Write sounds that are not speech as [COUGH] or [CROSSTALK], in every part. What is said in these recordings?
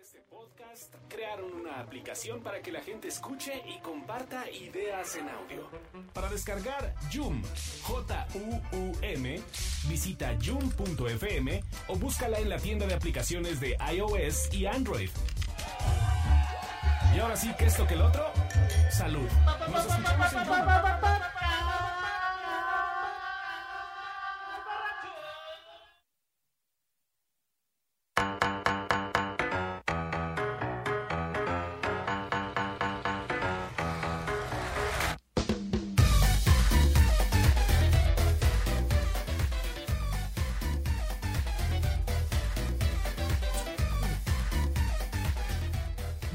este podcast crearon una aplicación para que la gente escuche y comparta ideas en audio. Para descargar Joom, J-U-U-M, visita joom.fm o búscala en la tienda de aplicaciones de iOS y Android. Y ahora sí que esto que el otro, salud. Nos escuchamos en Joom.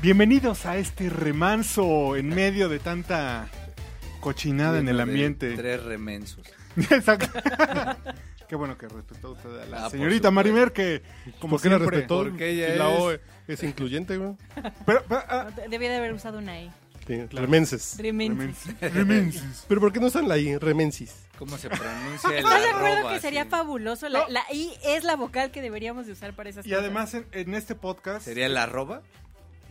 Bienvenidos a este remanso en medio de tanta cochinada en el De ambiente. Tres remensos. [LAUGHS] Exacto. [LAUGHS] Qué bueno que respetó usted a la Ah, por señorita supuesto. Marimer que como ¿Por qué la siempre- respetó? Porque ella la es- O es incluyente, güey. Pero, pero, ah, De- Debía de haber usado una I. Sí, Remenses. Remensis. remenses. Pero ¿por qué no usan la I? Remensis. [LAUGHS] ¿Cómo se pronuncia el ¿Estás de acuerdo arroba, que sería sí? fabuloso? La, No. la I es la vocal que deberíamos de usar para esas Y cosas. además en, en este podcast ¿Sería el arroba?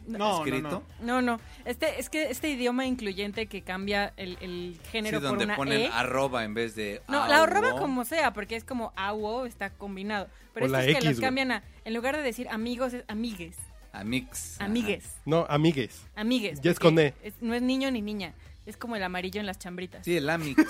no, escrito? no, no. No, no. Este, es que este idioma incluyente que cambia el, el Sí, género por donde una ponen E. arroba en vez de No, la au, arroba o. como sea, porque es como awo, está combinado. Pero O esto la es que X, los güey. cambian a, en lugar de decir amigos, es amigues. Amix. Ajá. Amigues. No, amigues. Amigues. Ya es porque con E. es- no es niño ni niña. Es como el amarillo en las chambritas. Sí, [LAUGHS] el amix.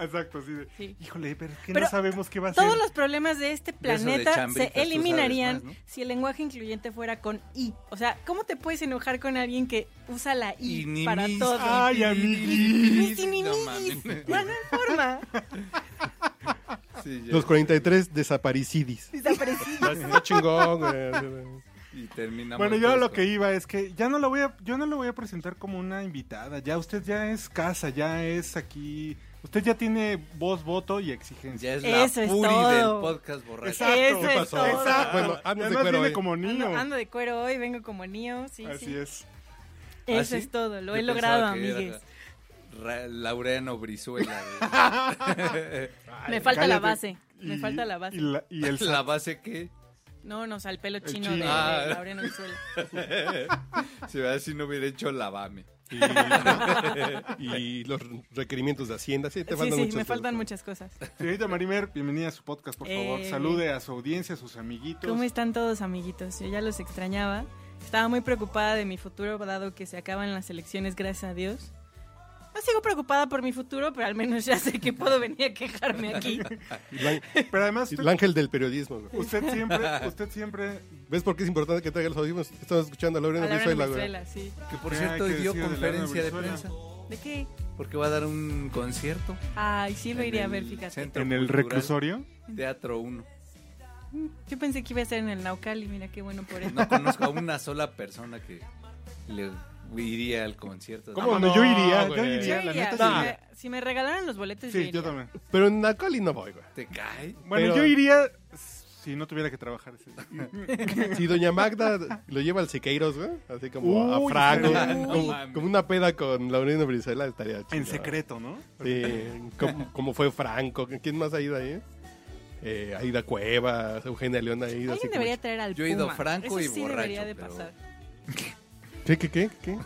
Exacto, así de, Sí. Híjole, pero es que Pero no sabemos qué va a ser. Todos los problemas de este de planeta chambritas, se tú sabes eliminarían más, ¿no? si el lenguaje incluyente fuera con I. O sea, ¿cómo te puedes enojar con alguien que usa la I Y ni para mis- todo? Ay, amiguis. Mis y ni Ah, No mis. mames. Ya no hay forma. Sí, ya. Los 43 desaparecidis. Desaparecí. Está chingón, güey. Y terminamos. Bueno, yo a con lo esto. que iba es que ya no la voy a, yo no la voy a presentar como una invitada. Ya usted ya es casa, ya es aquí. Usted ya tiene voz, voto y Ya exigencia. es la Eso es puri todo. del podcast borracho. Exacto. Eso ¿Qué es pasó? todo. Exacto. Bueno, antes de Además cuero viene hoy. como niño. Ando, ando de cuero hoy, vengo como niño. Sí, Así sí. es. Eso ¿Ah, sí? es todo. Lo Yo he logrado, pensaba que era amigues. Ra- Laureano Brizuela. güey. Me falta la Cállate. base. Y- Me falta la base. Y, la- [LAUGHS] y [LAUGHS] el ¿La base qué? No, no, o sea, el pelo chino, de, de chino. Ah. Laureano Brizuela. Se ve así, no hubiera hecho lavame. Y, [LAUGHS] y los requerimientos de Hacienda. Sí, te Sí, faltan sí, muchas me cosas. faltan muchas cosas. Señorita Marimer, bienvenida a su podcast, por favor. Eh. Salude a su audiencia, a sus amiguitos. ¿Cómo están todos, amiguitos? Yo ya los extrañaba. Estaba muy preocupada de mi futuro, dado que se acaban las elecciones, gracias a Dios. No sigo preocupada por mi futuro, pero al menos ya sé que puedo venir a quejarme aquí. Y la- Pero además, y usted, El ángel del periodismo, güey. usted siempre, [LAUGHS] usted siempre. ¿Ves por qué es importante que traiga los audífonos? Estamos escuchando a A Laureano la Brizuela, güey. Venezuela, sí. Que por Ay, cierto, hoy ¿qué dio decía Ah, de Laureano conferencia de Brizuela? prensa. ¿De qué? Porque va a dar un concierto. Ay, sí lo En iría a el ver, fíjate. centro. En el Cultural. Ah, reclusorio. Teatro 1. Yo pensé que iba a ser en el Naucal y mira qué bueno por eso. No conozco a una sola persona que le iría al concierto. ¿Cómo Ah, no? no, Yo iría, yo güey. iría, la Yo iría, neta. si, sí me, iría. si me regalaran los boletos, Sí, yo yo iría. también. Pero en Nacoli no voy, güey. ¿Te cae? Bueno, Pero- yo iría si no tuviera que trabajar ese [LAUGHS] día. Si Doña Magda lo lleva al Siqueiros, güey, así como Uy, a Franco, estaría- como, Uy. como una peda con Laureano Brizuela estaría chido. En secreto, ¿no? Sí, como, como fue Franco. ¿Quién más ha ido ahí? Eh, Aida Cuevas, Eugenia León ha ido. así Alguien como- debería traer al Yo he ido Puma. franco Eso y sí debería borracho, de pero- pasar. ¿Qué, qué, qué? qué?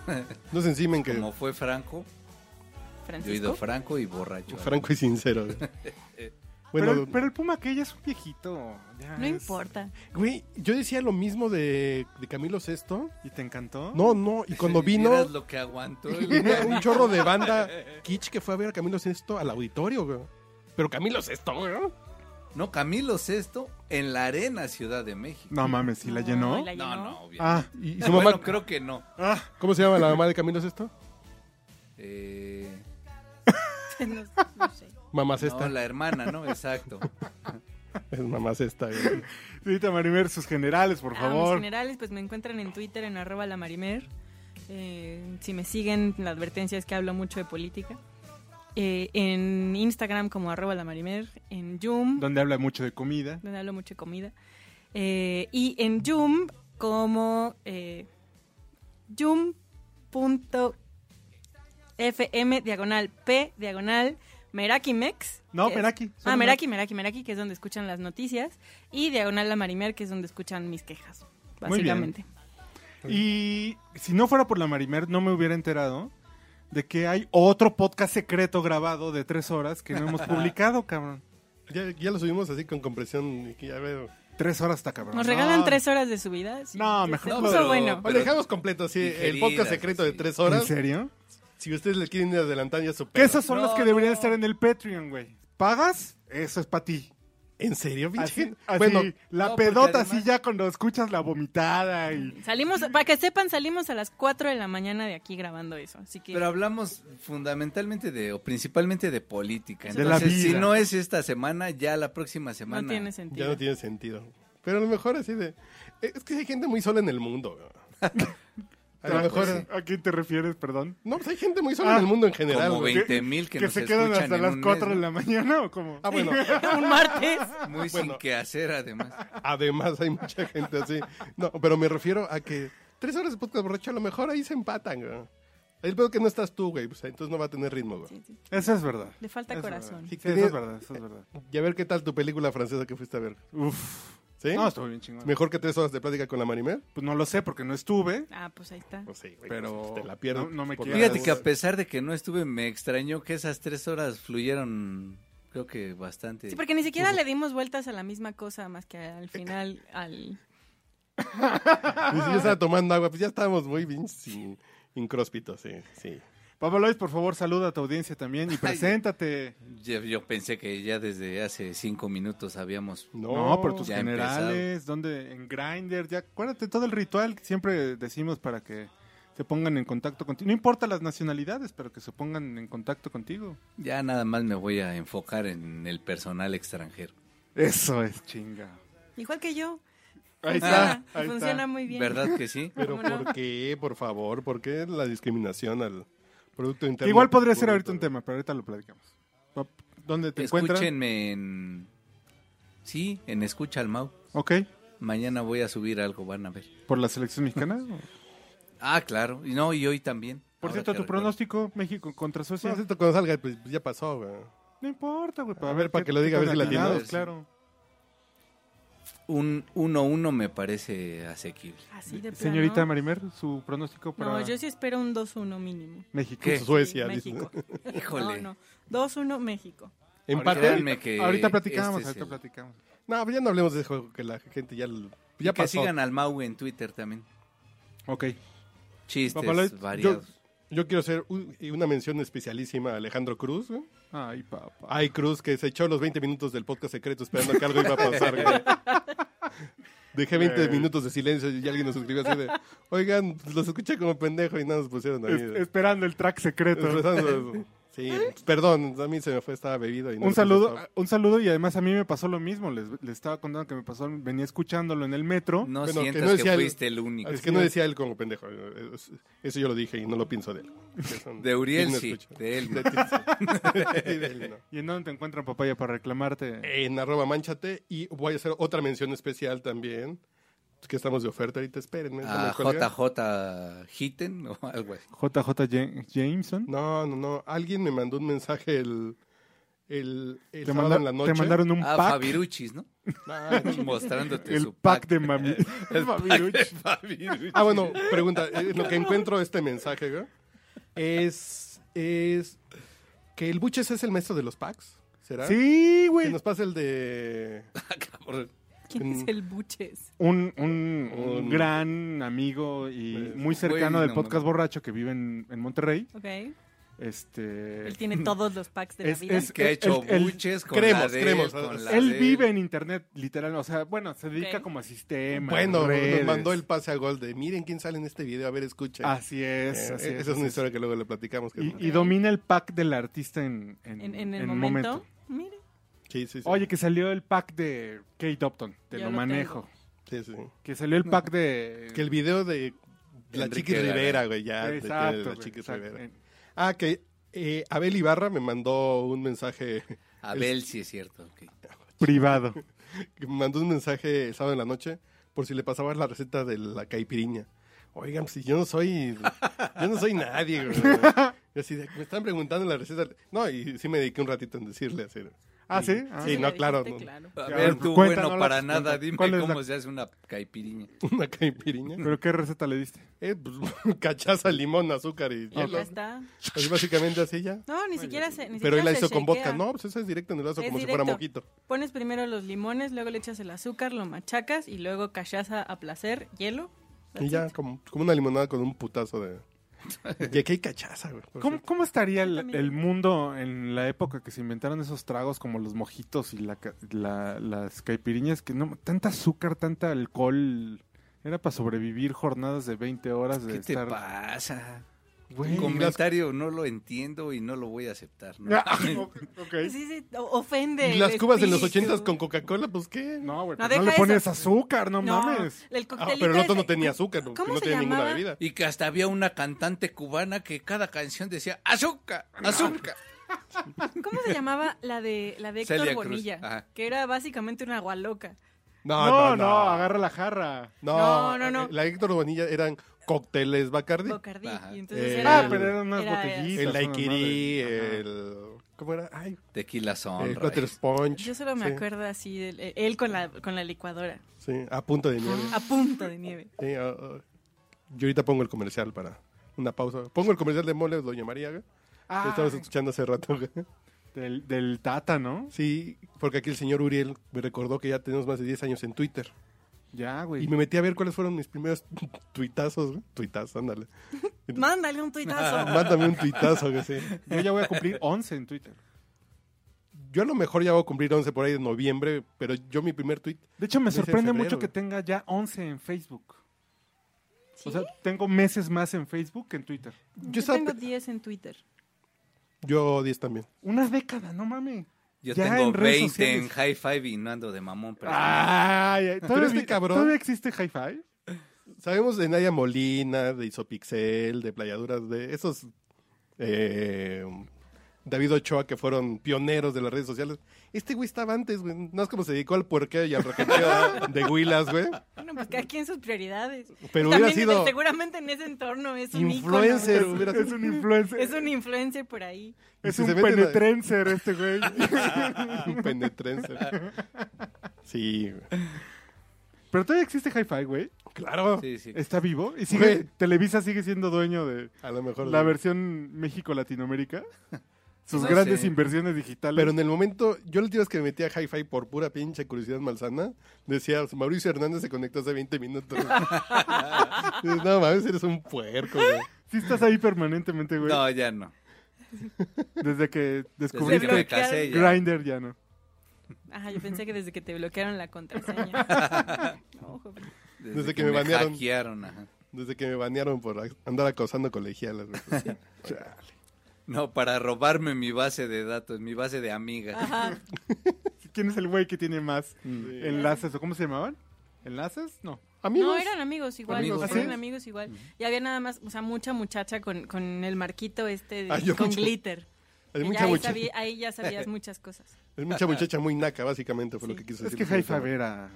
No se encimen que Como fue Franco, yo he ido Francisco. Franco y borracho. Franco es sincero. [LAUGHS] güey. pero, Bueno, el- pero el puma que ella es un viejito. ya No es- importa. güey, yo decía lo mismo de, de Camilo VI. ¿Y te encantó? No, no, y cuando vino, Vieras lo que aguantó. Una- [LAUGHS] un chorro de banda kitsch que fue a ver a Camilo Sesto al auditorio, güey. Pero Camilo Sesto, güey. No, Camilo Sesto en la arena Ciudad de México. No mames, ¿y la llenó? y la No, llenó. no, obvio. Ah, Y, y su Bueno, mamá, creo que no. ah, ¿cómo se llama la mamá de Camilo Sesto? Eh, No, [LAUGHS] no sé. Mamá Sesta. no, la hermana, ¿no? Exacto. [LAUGHS] Es mamá Sesta, güey. señorita Marimer, sus generales, por Ah, mis favor. generales, pues me encuentran en Twitter en arroba la marimer. Eh, si me siguen, la advertencia es que hablo mucho de política. Eh, en Instagram como arroba la marimer, en Zoom, Donde habla mucho de comida. donde hablo mucho de comida. Eh, y en Zoom como eh, Zoom.fm diagonal P diagonal Merakimex. No, que es- Meraki. solo Ah, Meraki, Meraki, Meraki, que es donde escuchan las noticias. Y Diagonal La Marimer, que es donde escuchan mis quejas, Muy bien. Ah. básicamente. Y si no fuera por la Marimer, no me hubiera enterado de que hay otro podcast secreto grabado de tres horas que no [LAUGHS] hemos publicado, cabrón. Ya, ya lo subimos así con compresión. y Ya veo. Tres horas está cabrón. Nos regalan No. tres horas de su vida. Sí, No, se- mejor se lo- puso pero- bueno. Oye, dejamos completo, sí, el Digeridas, podcast secreto de sí. tres ¿En horas. serio? Si ustedes le quieren adelantar ya su Que pedo. esas son las que No, deberían no. estar en el Patreon, güey. ¿Pagas? Eso es para ti. ¿En serio, pinche? Así, así, bueno, la no, porque pedota así además- ya cuando escuchas la vomitada y... Salimos, para que sepan, salimos a las 4 de la mañana de aquí grabando eso. Así que Pero hablamos fundamentalmente de, o principalmente de política. De Entonces, la si vida. no es esta semana, ya la próxima no semana. tiene ya sentido. no tiene sentido. Pero a lo mejor así de... eh, Es que hay gente muy sola en el mundo. [LAUGHS] güey. A lo Ah, mejor... pues, ¿A quién te refieres, perdón? No, pues hay gente muy sola Ah. en el mundo en general. Como güey. 20 mil que, ¿Que, nos se quedan escuchan hasta en las un 4 mes, de la mañana o cómo? [LAUGHS] Ah, bueno, [LAUGHS] Un [LAUGHS] martes. ¿no? Muy sin Bueno. que hacer, además. además hay mucha gente así. No, pero me refiero a que tres horas de podcast borracho a lo mejor ahí se empatan, güey. El pedo que no estás tú, güey, pues entonces no va a tener ritmo, güey. Sí, sí. Eso es verdad. Le falta Eso es corazón. verdad. Si Sí, eso es verdad, eso es verdad. Y a ver qué tal tu película francesa que fuiste a ver. Uf. ¿Sí? No, estuvo bien chingón. ¿Mejor que tres horas de plática con la Marimel? Pues no lo sé porque no estuve. Ah, pues ahí está. Pues sí, güey, Pero pues te la pierdo. no- no me por quiero. la Fíjate que a duda. pesar de que no estuve, me extrañó que esas tres horas fluyeron, creo que bastante. Sí, porque ni siquiera le dimos vueltas a la misma cosa más que Eh. al final al Y si yo estaba tomando agua, pues ya estábamos muy bien sin incróspitos, sí, sí. Pablo Lois, por favor, saluda a tu audiencia también y preséntate. Yo, yo pensé que ya desde hace cinco minutos habíamos... No, No, por tus ya generales, donde en Grindr, ya acuérdate todo el ritual que siempre decimos para que se pongan en contacto contigo. No importa las nacionalidades, pero que se pongan en contacto contigo. Ya nada más me voy a enfocar en el personal extranjero. Eso es chinga. igual que yo. Ahí Funciona, está, ahí Ah, funciona está. muy bien. ¿Verdad que sí? Pero ¿Cómo no? ¿por qué, por favor? ¿Por qué la discriminación al producto interno? Igual podría ser Bruto, ahorita un güey. tema, pero ahorita lo platicamos. Pap, ¿Dónde te encuentras? Escúchenme en... Sí, en Escucha al Mau. Ok, Mañana voy a subir algo, van a ver. por la selección mexicana. Ah, claro. Y No, y hoy también. Por Ahora cierto, que tu recuerdo. pronóstico México contra No, Suecia. es esto cuando salga, pues ya pasó, güey. No importa, güey. A ver, para qué- Eh, que lo diga, a ver qué si tan latino. atinados, Claro. Un 1-1 me parece asequible. Así de plano. Señorita Marimer, su pronóstico para No, yo sí espero un 2-1 mínimo. México. ¿Qué? [LAUGHS] Suecia, Sí, dice. México. Híjole. No, no. 2-1 México. Empate. Créanme que ahorita platicamos, este es ahorita el- platicamos. No, pues ya no hablemos de ese juego, que la gente ya, l- Y ya que pasó. sigan al Mau en Twitter también. Ok. Chistes Papaloy, variados. Yo quiero hacer un- una mención especialísima a Alejandro Cruz, güey. Ay, papá. Ay, Cruz, que se echó los 20 minutos del podcast secreto esperando que algo iba a pasar. güey. Dejé 20 minutos de silencio y alguien nos escribió así de, oigan, pues, los escuché como pendejo y nada, nos pusieron a mí. Es- de- esperando el track secreto. expresando- Sí, perdón, a mí se me fue, estaba bebido. Y no Un les saludo, contestaba. un saludo y además a mí me pasó lo mismo. Les, les estaba contando que me pasó, venía escuchándolo en el metro. No Bueno, que sientas no que, decía el- fuiste el único. Es que no decía él como pendejo. eh, es- Eso yo lo dije y no lo pienso de él. De Uriel Digno sí, escucha. de él no. [LAUGHS] De ti sí. [LAUGHS] Y de él no. ¿Y en dónde te encuentran papaya para Eh. reclamarte? En arroba manchate y voy a hacer otra mención especial también. Que estamos de oferta ahorita, espérenme. A déjame colgar. JJ Hitten o [LAUGHS] algo así. JJ Ja- Jameson. No, no, no. Alguien me mandó un mensaje el, el, el Te, sábado manda- en la te noche. mandaron un A pack. Fabiruchis, ¿no? Ah, [LAUGHS] Mostrándote el Ah, su pack de mami. El pack Fabiruchis. de [LAUGHS] Fabiruchis. Ah, bueno, pregunta. eh, lo que encuentro este mensaje, güey, es, es que el Buches es el maestro de los packs, ¿será? Sí, Que güey. nos pasa el [LAUGHS] de... Ah, cabrón. ¿Quién es Mm. el Buches? Un, un- un Un- gran amigo y Pues, muy cercano güey, del no podcast mames. borracho que vive en, en Monterrey. Ok. Este, Él tiene todos los packs de Es- la vida. es- Que ha hecho El- el- buches con creemos, la de él, creemos. con la él de vive en internet, literal. O sea, bueno, se dedica Ok. como a sistemas. Bueno, redes. nos mandó el pase a gol de miren quién sale en este video, a ver, escuchen. Así es, Eh, así esa es. es una historia que luego le platicamos. que- Y, y domina el pack del artista en, en, En, en el en momento. Mire. Sí, sí, sí. Oye, que salió el pack de Kate Upton, te Yo lo lo manejo. Sí, sí. Que salió el pack de... Que el video de la Enrique Chiquis Garay. Rivera, güey, ya. de- Exacto, de la güey, Chiquis exacto. Rivera. En- Ah, que eh, Abel Ibarra me mandó un mensaje [LAUGHS] Abel, sí es cierto. ok. Privado. que me mandó un mensaje el sábado en la noche por si le pasaba la receta de la caipiriña. Oigan, pues, si yo no soy, yo no soy [LAUGHS] nadie, güey. Yo así de, me están preguntando la receta. No, y sí me dediqué un ratito en decirle así. Ah, sí. Ah. Sí, le no, dijiste, claro, no. A Ya, ver, tú, cuéntanos bueno, la- para nada, dime ¿cuál es cómo la- se hace una caipiriña. Una caipiriña. ¿Pero qué receta le diste? Eh, pues, [LAUGHS] cachaza, limón, azúcar y Ya hielo. está. Así básicamente así ya. No, Pues, ni siquiera se. ni Pero siquiera él la se hizo con vodka. shakea. No, pues esa es directa en el vaso Es como si fuera directo. mojito. Pones primero los limones, luego le echas el azúcar, lo machacas y luego cachaza a placer, hielo. Y ya, como, como una limonada con un putazo de. Y aquí hay cachaza, güey. por ¿Cómo, cómo estaría el, también. el mundo en la época que se inventaron esos tragos como los mojitos y la ca- la- las caipiriñas? Que no, tanta azúcar, tanta alcohol. Era para sobrevivir jornadas de 20 horas de ¿Qué te estar. pasa? Güey, Un las- comentario no lo entiendo y no lo voy a aceptar. ¿no? Ah, [LAUGHS] ok. Sí, sí, o- ofende. cierto. el Las cubas en los espíritu. ochentas con Coca-Cola, pues qué. No, güey, No, pero no, deja le eso. pones azúcar, no, mames. El Ah, coctelito pero el otro ese- no tenía azúcar, porque ¿Cómo no se tenía ninguna llamaba? bebida. Y que hasta había una cantante cubana que cada canción decía azúcar, Ah, azúcar. [LAUGHS] pues. ¿Cómo se llamaba la de, la de Héctor Celia Cruz, Bonilla? ajá. Que era básicamente una gualoca. No, no, agarra la jarra. No, No, no, no. La Héctor Bonilla eran cócteles Bacardi. Bocardí. Ajá. Y entonces Eh, era, ah, pero eran unas era- botellitas. El una daiquiri, madre. Ajá. el... ¿Cómo era? Ay, Tequila el Eh, son. Butter Sponge. Yo solo me Sí, acuerdo así, de él, él con, la, con la licuadora, Sí, a punto de nieve. a punto de [LAUGHS] nieve. Sí, ah, ah. Yo ahorita pongo el comercial para una pausa. Pongo el comercial de Mole, Doña María, güey. Ah, que estabas escuchando hace rato, güey. del, del Tata, ¿no? Sí, porque aquí el señor Uriel me recordó que ya tenemos más de 10 años en Twitter. Ya, güey. Y me metí a ver cuáles fueron mis primeros [LAUGHS] tuitazos, güey. Tuitazos, ándale. Mándale un tuitazo. Mándame un tuitazo, güey, sí. Yo ya voy a cumplir 11 en Twitter. Yo a lo mejor ya voy a cumplir 11 por ahí de noviembre, pero yo mi primer tuit... De hecho, me Dice en sorprende febrero, mucho que güey. tenga ya 11 en Facebook. O sea, tengo meses más en Facebook que en Twitter. Yo, Yo estaba tengo pe- 10 en Twitter. yo 10 también. Una década, no mames. Yo Ya tengo en redes 20 en sociales. Ah, High Five y no ando de mamón. Pero Ay, ay, ¿todavía, este vi- cabrón- ¿Todavía existe Hi-Fi? Sabemos de Nadia Molina, de Isopixel, de Playaduras, de esos. eh, David Ochoa, que fueron pioneros de las redes sociales. Este güey estaba antes, güey. No es como se dedicó al puerqueo y al raqueteo de Huilas, güey. Bueno, pues cada quien sus prioridades. Pero También hubiera sido seguramente en ese entorno es un influencer. ícono. hubiera sido- [LAUGHS] Es un influencer. Es un influencer por ahí. Es Si un se meten a- penetrencer este güey. [LAUGHS] [LAUGHS] un penetrense. Sí, güey. Pero todavía existe Hi-Fi, güey. claro. sí, sí. Está vivo. Y sigue, Güey. Televisa sigue siendo dueño de A lo mejor. la sí. versión México-Latinoamérica. Sus No grandes sé. inversiones digitales. Pero en el momento, yo el día que me metí a Hi-Fi por pura pinche curiosidad malsana, decía, Mauricio Hernández se conectó hace 20 minutos. [LAUGHS] Dices, no mames, eres un puerco, güey. Sí estás ahí permanentemente, güey. No, ya no. Desde que Desde descubriste que Desbloquearon. me casé ya. Grinder ya no. Ajá, yo pensé que desde que te bloquearon la contraseña. [LAUGHS] No, joven. Desde, Desde que, que me me banearon. hackearon, ajá. Desde que me banearon por andar acosando colegialas. güey. Chale. No, para robarme mi base de datos, mi base de amigas. Ajá. ¿Quién es el güey que tiene más Mm. enlaces? ¿O cómo se llamaban? ¿Enlaces? No. No, Amigos, eran amigos igual. Amigos. Eran ¿Ah, sí? amigos igual. Y había nada más, o sea, mucha muchacha con, con el marquito este, de- Ah, yo con mucho- glitter. hay Y mucha, ya ahí, mucha- sabí- ahí ya sabías muchas cosas. hay mucha muchacha muy naca, básicamente, fue lo que quiso Es decir. que Hi-Fi era...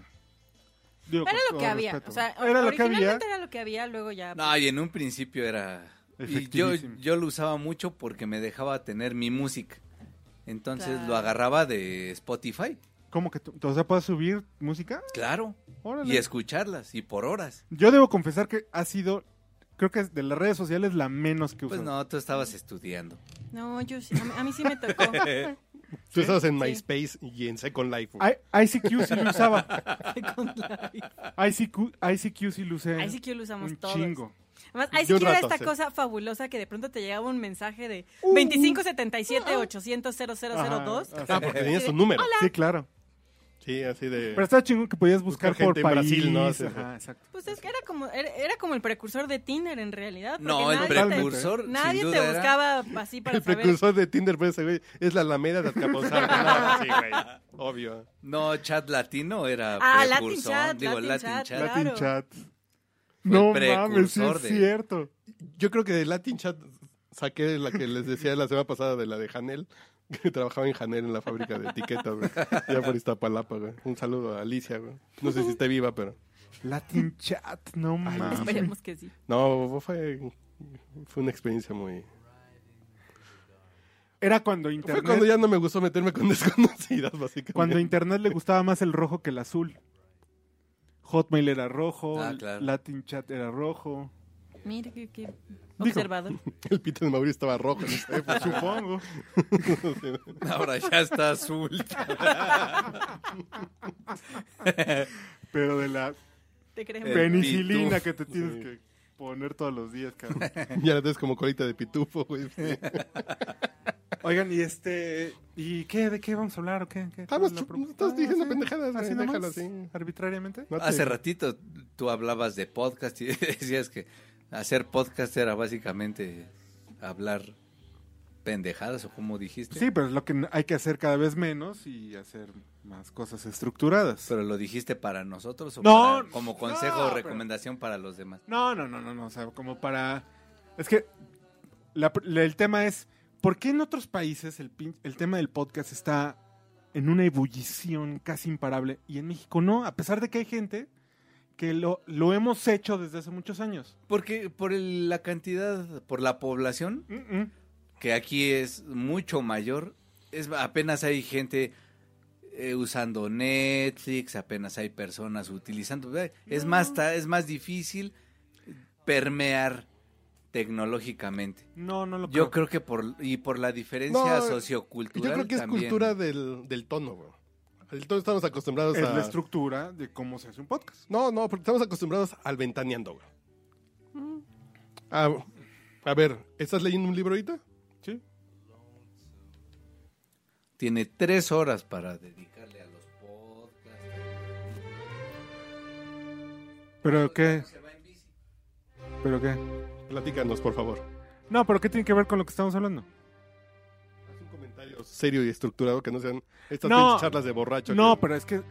digo, Era con lo todo que había. respeto. O sea, era lo que había. originalmente era lo que había, luego ya. pues, No, y en un principio era... Y yo, Efectivísimo. yo lo usaba mucho porque me dejaba tener mi música. Entonces Claro. lo agarraba de Spotify. ¿Cómo que tú? O sea, ¿puedes subir música? Claro. Órale. Y escucharlas, y por horas. Yo debo confesar que ha sido... Creo que es de las redes sociales la menos que uso. Pues no, tú estabas estudiando. No, yo sí, a mí, a mí sí me [LAUGHS] tocó. Tú estabas eh, en Sí. MySpace y en Second Life. güey. I- ICQ sí lo usaba. ICQ, ICQ sí lo usé. Ahí sí que lo usamos un todos. chingo. Además, ahí sí Yo que era rato, esta sí. cosa fabulosa que de pronto te llegaba un mensaje de 2577 800 0002. Uh, Ajá, Ah, ajá. porque tenías tu número. Sí, claro. Sí, así de... Pero estaba chingón que podías buscar Buscar por gente en país. Brasil, ¿no? Sí, sí. Ajá, exacto. Pues es que era como, era, era como el precursor de Tinder en realidad. No, porque nadie el te- Totalmente. precursor, sin Nadie duda, te era- buscaba [LAUGHS] así para El saber. precursor de Tinder, pero ese güey es la Alameda de [LAUGHS] Azcapotzalco. No, sí, güey, obvio. No, chat latino era Ah, Latin precursor. Chat, digo, Latin Latin, Chat, chat. claro. Latin Chat. No mames, sí precursor es de- cierto. Yo creo que de Latin Chat saqué la que les decía la semana pasada de la de Janel, que trabajaba en Janel en la fábrica de etiquetas, güey. Ya por Iztapalapa, güey. Un saludo a Alicia, güey. No sé si esté viva, pero. Latin Chat, no mames. Esperemos que sí. No, fue, fue una experiencia muy. Era cuando Fue internet, cuando cuando, ya no me gustó meterme con [LAUGHS] desconocidas, básicamente. internet le gustaba más el rojo que el azul. Hotmail era rojo, Ah, claro. Latin Chat [LAUGHS] era rojo. Mira qué, qué observador. El pito de Mauricio estaba rojo. en esa época. Supongo. [LAUGHS] Ahora ya [LAUGHS] está azul. Pero de la Te [LAUGHS] creemos. Eh, penicilina pitufo. que te tienes que poner todos los días, cabrón. ya la tienes como colita de pitufo, güey. Oigan, y este. ¿Y qué? ¿De qué vamos a hablar o qué? ¿Qué? Vamos, ¿La chup- propuesta? Ah, pues, estás diciendo ¿Así? pendejadas, ¿Así güey, nomás? déjalo así. ¿Arbitrariamente? No te- Hace ratito tú hablabas de podcast y [LAUGHS] decías que hacer podcast era básicamente hablar pendejadas o como dijiste. Sí, pero es lo que n- hay que hacer cada vez menos y hacer más cosas estructuradas. Pero lo dijiste para nosotros o No, para- como consejo no, o pero- recomendación para los demás. No, no, no, no, no. O sea, como para. Es que la pr- la- el tema es: ¿por qué en otros países el, pin- el tema del podcast está en una ebullición casi imparable y en México no? A pesar de que hay gente que lo, lo hemos hecho desde hace muchos años. Porque por el- la cantidad, por la población, Mm, mm. que aquí es mucho mayor, es apenas hay gente eh, usando Netflix, apenas hay personas utilizando, eh, es más ta- es más difícil permear tecnológicamente. No, no lo Yo creo que por y por la diferencia No, sociocultural Yo creo que es también. cultura del, del tono, güey. Del tono estamos acostumbrados Es a... la estructura de cómo se hace un podcast. No, no, porque estamos acostumbrados al ventaneando, güey. Mm. Ah, a ver, ¿estás leyendo un libro ahorita? Sí. Tiene tres horas para dedicarle a los podcasts. ¿Pero qué? Se va en bici. ¿Pero qué? Platícanos, por favor. No, pero ¿qué tiene que ver con lo que estamos hablando? Haz un comentario serio y estructurado que no sean estas No. pinches charlas de borracho. No, que- pero es que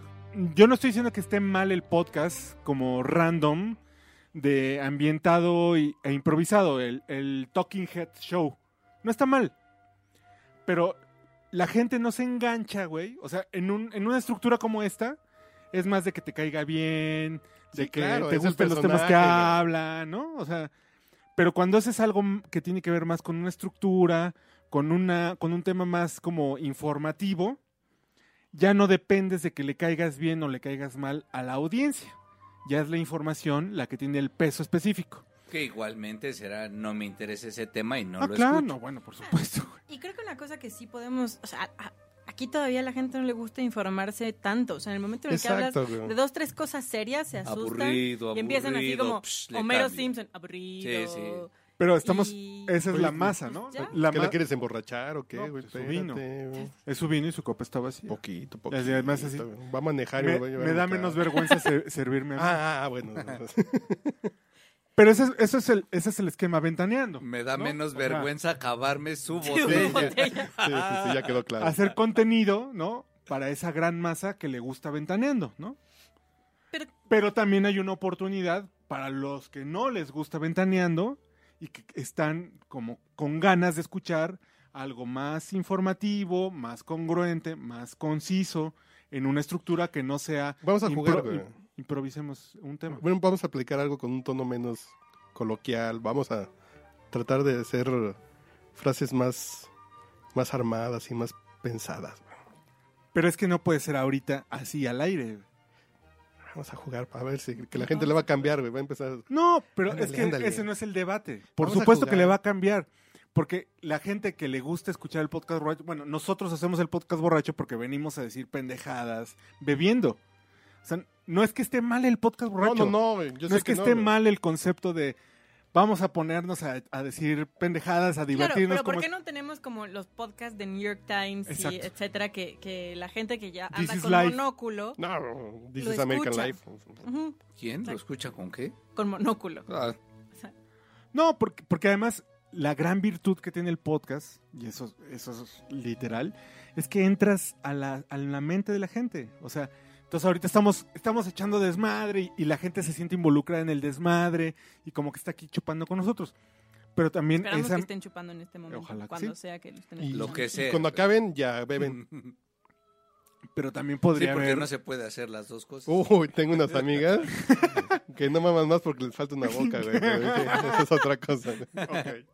yo no estoy diciendo que esté mal el podcast como random, de ambientado y- e improvisado, el, el Talking Head Show. No está mal. Pero la gente no se engancha, güey. O sea, en, un- en una estructura como esta, es más de que te caiga bien, de Sí, que claro, te es el gusten los temas que personaje, güey. hablan, ¿no? O sea, pero cuando haces algo m- que tiene que ver más con una estructura, con, una, con un tema más como informativo, ya no dependes de que le caigas bien o le caigas mal a la audiencia. Ya es la información la que tiene el peso específico. Que igualmente será no me interesa ese tema y no ah, lo claro, escucho. no, bueno, por supuesto. [LAUGHS] güey. Y creo que una cosa que sí podemos, o sea, a- aquí todavía a la gente no le gusta informarse tanto. O sea, en el momento en el que hablas Exacto, güey. de dos, tres cosas serias, se asustan Aburrido, y empiezan así aburrido, como psh, le Homero cambio. Simpson, aburrido. Sí, sí. Pero estamos, Y- esa es Oye, la masa, ¿no? ya. La ¿Qué ma- la quieres emborrachar o qué, No, güey? pues, su vino. Espérate, güey. es su vino y su copa está vacía. Poquito, Y poquito. además así- güey. Va a manejar y Me, lo va a llevar me a da mi menos casa. [LAUGHS] vergüenza se- servirme. a mí. Ah, ah, bueno. Pero ese, es- eso es el, ese es el esquema ventaneando. Me da ¿no? O menos sea, vergüenza acabarme su Sí, [LAUGHS] sí, sí, botella. sí, sí, ya quedó claro. Hacer contenido, ¿no? Para esa gran masa que le gusta ventaneando, ¿no? Pero- Pero también hay una oportunidad para los que no les gusta ventaneando y que están como con ganas de escuchar algo más informativo, más congruente, más conciso, en una estructura que no sea... Vamos a jugar, impro- güey. im- improvisemos un tema. Bueno, vamos a aplicar algo con un tono menos coloquial. Vamos a tratar de hacer frases más, más armadas y más pensadas. Pero es que no puede ser ahorita así al aire. Vamos a jugar para ver si que la gente le va a cambiar, güey. Va a empezar. No, pero Ándale, es que ándale. ese no es el debate. Por Vamos a supuesto que jugar. le va a cambiar. Porque la gente que le gusta escuchar el podcast borracho, bueno, nosotros hacemos el podcast borracho porque venimos a decir pendejadas bebiendo. O sea, no es que esté mal el podcast No, borracho. no, no, güey. Yo No sé es que, no, esté güey. mal el concepto de vamos a ponernos a, a decir pendejadas, a Claro, divertirnos pero ¿por como qué no tenemos como los podcasts de New York Times, y Exacto. etcétera, que, que la gente que ya This anda is con life. monóculo, No, Lo dices escucha. American Life. ujú, ¿Quién? ¿Lo escucha con qué? con monóculo, Ah, No, porque, porque además la gran virtud que tiene el podcast, y eso, eso es literal, es que entras a la, a la mente de la gente. O sea, entonces ahorita estamos, estamos echando desmadre y, y la gente se siente involucrada en el desmadre y como que está aquí chupando con nosotros. Pero también Esperamos esa... que estén chupando en este momento, Ojalá que cuando sí. sea que lo estén Y- escuchando. Lo que Y sea. cuando acaben, ya beben. [LAUGHS] Pero también Sí, podría porque haber... no se puede hacer las dos cosas. Uy, tengo unas amigas que no maman más porque les falta una boca, güey. pero Esa es otra cosa. güey.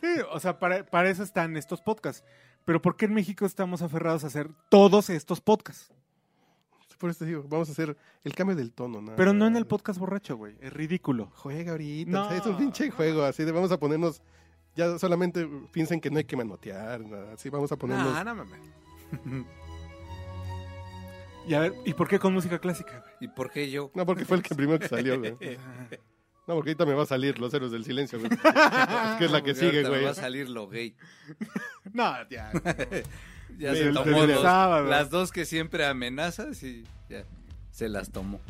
Sí, o sea, para, para eso están estos podcasts. Pero ¿por qué en México estamos aferrados a hacer todos estos podcasts? Por eso te digo, vamos a hacer el cambio del tono. nada Pero no en más. el podcast borracho, güey. Es ridículo. Ah. Juega [LAUGHS] ahorita. No. o sea, es un pinche juego. Así de vamos a ponernos. Ya solamente piensen que no hay que manotear. Nada, así vamos a ponernos. No, no mames. Y a ver, ¿y por qué con música clásica, güey? ¿Y por qué yo? No, porque fue el que primero que salió, güey. No, porque ahorita me va a salir los héroes del silencio, güey. Es que [LAUGHS] es la Porque que ahorita sigue, me güey. Va a salir lo gay. No, ya. Ya Del- se tomó del los- sábado. las dos que siempre amenazas y ya se las tomó.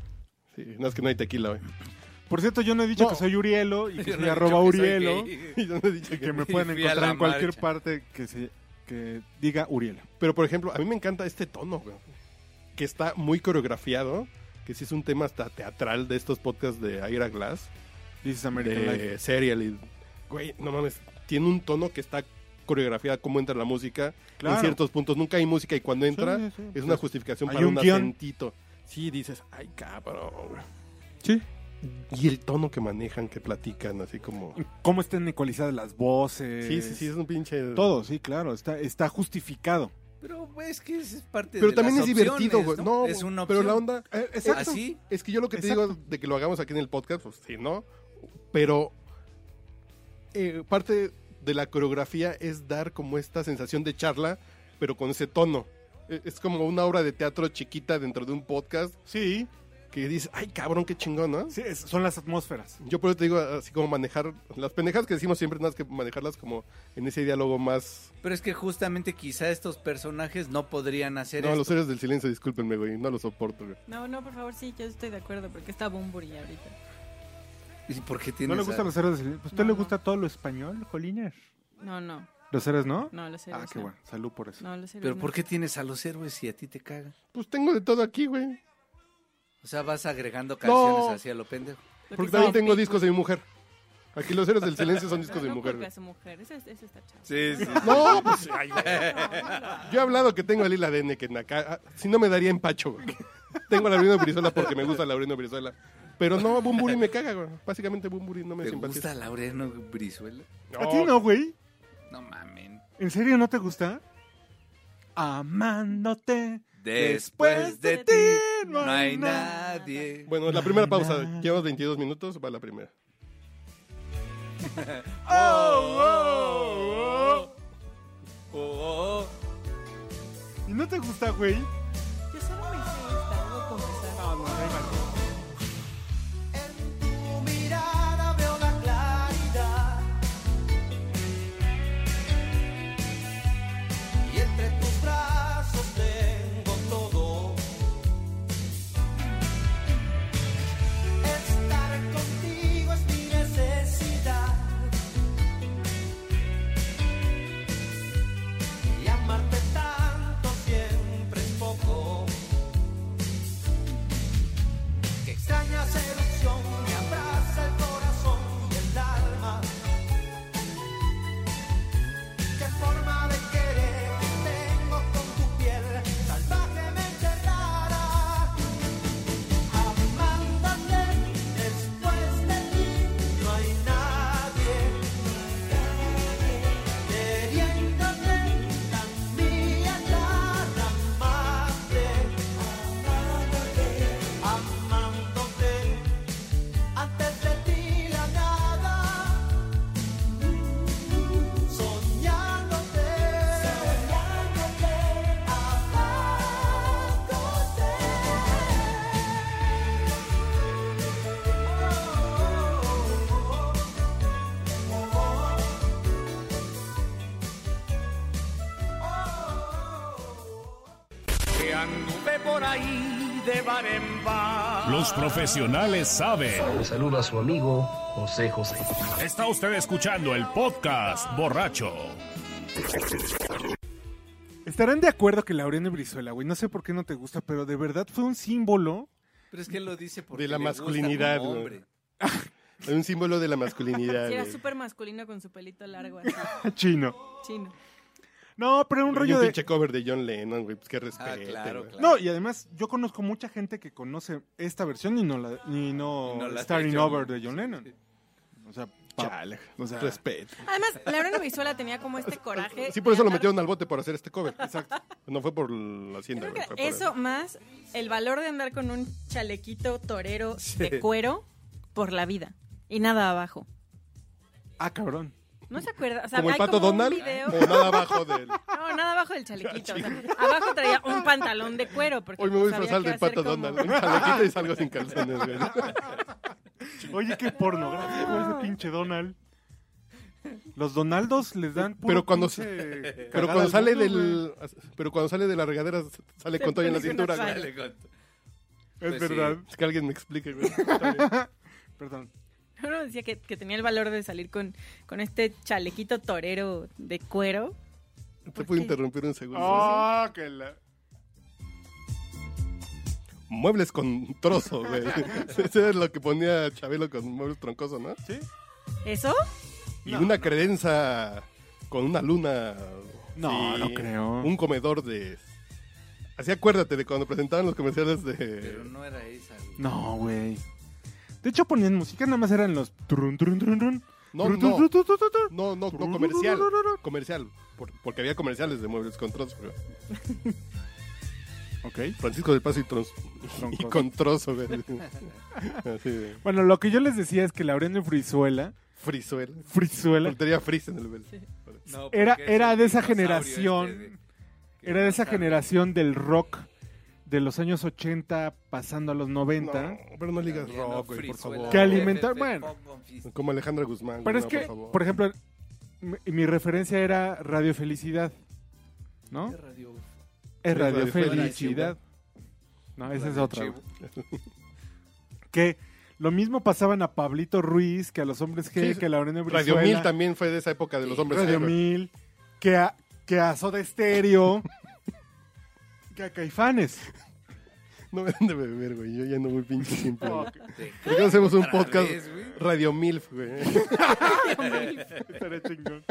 Sí, no es que no hay tequila, güey. [LAUGHS] Por cierto, yo no he dicho No. que soy Urielo y que Yo soy no he arroba dicho que soy Urielo. gay. [LAUGHS] Y yo no he dicho Que que- me pueden Fui a encontrar la en cualquier marcha. parte que se que diga Urielo. Pero, por ejemplo, a mí me encanta este tono, güey. Que está muy coreografiado. Que sí es un tema hasta teatral de estos podcasts de Aira Glass. Dices American Life. de serial y güey, no mames, tiene un tono que está coreografiada cómo entra la música Claro. en ciertos puntos, nunca hay música y cuando entra Sí, sí, sí. es una justificación hay para un un, guión. acentito. Sí, dices, ay cabrón. güey". Sí. Y el tono que manejan, que platican, así como Cómo están ecualizadas las voces. Sí, sí, sí, es un pinche Todo, sí, claro. Está, está justificado. Pero güey, es que es parte de Pero también es las divertido, opciones, güey. No, es una pero la opción. Ah, onda eh, exacto. Así. Es que yo lo que te Exacto. digo de que lo hagamos aquí en el podcast, pues sí, ¿no? Pero eh, parte de la coreografía es dar como esta sensación de charla, pero con ese tono. Eh, Es como una obra de teatro chiquita dentro de un podcast Sí. que dices, ay cabrón, qué chingón, ¿no? sí es- son las atmósferas. Yo por eso te digo, así como manejar las pendejas que decimos siempre, nada más que manejarlas como en ese diálogo más. Pero es que justamente quizá estos personajes no podrían hacer No, esto. los héroes del silencio, discúlpenme, güey, no lo soporto, güey. No, no, por favor, sí, yo estoy de acuerdo porque está Bumburi ahorita. ¿Y por qué ¿No tienes le gustan a- los héroes? del- Pues, ¿Usted No, le no. gusta todo lo español, Jolines? No, no, ¿Los héroes no? no, los héroes. ah, qué no. bueno. Salud por eso. No, los héroes. Pero no. ¿por qué tienes a los héroes si a ti te caga? Pues tengo de todo aquí, güey. O sea, vas agregando canciones No. así a lo pendejo. Lo que Porque sí también es tengo pico. discos de mi mujer. Aquí los [LAUGHS] héroes del silencio son No, discos de no mi mujer. porque güey. es mujer, ese, ese está chavo. Sí, sí. No, pues ay, güey. Yo he hablado que tengo el hila de que en acá. ah, Si no me daría empacho, güey. [LAUGHS] Tengo a Laurino Brizuela porque me gusta Laurino Brizuela. Pero no, Bumburi me caga, güey. Básicamente Bumburi no me ¿Te simpatiza. gusta Laureano Brizuela? ¿A ti no, güey? No mamen. ¿En serio no te gusta? Amándote. Después de ti no hay nada. nadie. Bueno, la primera pausa. Llevamos 22 minutos, va la primera. Oh, oh. ¿Y no te gusta, güey? Yo solo me hice esta, debo confesar. Ah, tu mirada veo la claridad y entre tus brazos tengo todo estar contigo es mi necesidad y amarte tanto siempre es poco que extraña seducción me abraza el corazón y el alma. Qué forma de querer que tengo con tu piel salvajemente rara. Amándote después de ti no hay nadie. Queriéndote tan mía nada más amándote antes de ti la nada soñándote soñándote amándote Los profesionales saben. Le saluda a su amigo José José. Está usted escuchando el podcast borracho. Estarán de acuerdo que Laureano Brizuela, güey, no sé por qué no te gusta, pero de verdad fue un símbolo. [LAUGHS] Pero es que él lo dice porque De la le gusta masculinidad, como güey. hombre. Ah, Hay un símbolo de la masculinidad. Sí, era güey. súper masculino con su pelito largo así, [LAUGHS] Chino. chino. No, pero un Y rollo un de. pinche cover de John Lennon, güey. Pues qué respeto. Ah, claro, güey. claro. No, y además, yo conozco mucha gente que conoce esta versión y no la. Y no. No la de Starring John. Over de John Lennon. O sea, pap. Chale. O sea, Respeto. Además, Lauren Brizuela tenía como este coraje. Sí, por eso de lo andar- metieron al bote por hacer este cover. Exacto. No fue por la hacienda. Creo que güey, fue por eso más el valor de andar con un chalequito torero de cuero por la vida y nada abajo. ah, cabrón. ¿No se acuerda? O sea, Como el hay pato como un Donald video- o nada [LAUGHS] abajo del. No, nada abajo del chalequito. o sea, [LAUGHS] abajo traía un pantalón de cuero. Porque Hoy me voy a pues, disfrazar había del que hacer pato como- Donald. Un chalequito y salgo sin [LAUGHS] calzones, güey. Oye, qué pornográfico [LAUGHS] ese pinche Donald. Los Donaldos les dan. puro Pero cuando se- pinche Pero cagada cuando al sale mundo, güey. del. Pero cuando sale de la regadera, sale Se con todo en la pone una cintura, falda. güey. [LAUGHS] Dale, con- Es Pues sí. verdad. Es que alguien me explique, [LAUGHS] güey. Está bien. Perdón. Uno decía que, que tenía el valor de salir con, con este chalequito torero de cuero. Te ¿Por puedo qué? interrumpir un segundo. Ah, que la- Muebles con trozo, güey. [LAUGHS] Eso es lo que ponía Chabelo con muebles troncoso, ¿no? ¿Sí? ¿Eso? Y No, una credenza con una luna. No, sí, no creo. Un comedor de. Así acuérdate de cuando presentaban los comerciales Pero de. no era esa. güey. No, güey. De hecho, ponían música, nada más eran los. Trun, trun, trun, trun. No, Trun, no, trun, no, trun, trun, trun. no, no, comercial. Comercial. por- porque había comerciales de muebles con trozo, güey. Ok. Francisco del Paso y, tronz- y Troncoso. con trozo, [LAUGHS] güey. Así de. Bueno, lo que yo les decía es que Laureano Frizuela. Frisuela. Frizuela. Portería fris en el Bel. No, porque Era- es era el de esa dinosaurio generación, este de- que Era de esa no sabe. generación del rock de los años 80 pasando a los 90. No, pero no ligas También, ¿no? rock, güey, por Frizuela, favor. Que alimentar- Pepe, bueno. Pop, Bonfis. Como Alejandra Guzmán. Pero güey, es no, que, por favor. por ejemplo, mi, mi referencia era Radio Felicidad, ¿no? ¿Qué radio? Es Radio Radio Felicidad. Felicidad. No, esa es Radio otra. Chivo. güey. Que lo mismo pasaban a Pablito Ruiz, que a los hombres G, Sí, que a Laureano Radio Brizuela, Mil también fue de esa época de los hombres. Radio héroes. Mil, que a, que a Soda [LAUGHS] Stereo, que a Caifanes. No [LAUGHS] me dan de beber, güey. Yo ya no muy pinche simple. [LAUGHS] güey. Te- ¿Por qué no hacemos un Otra podcast vez, güey. Radio Milf, güey? Estaría chingón.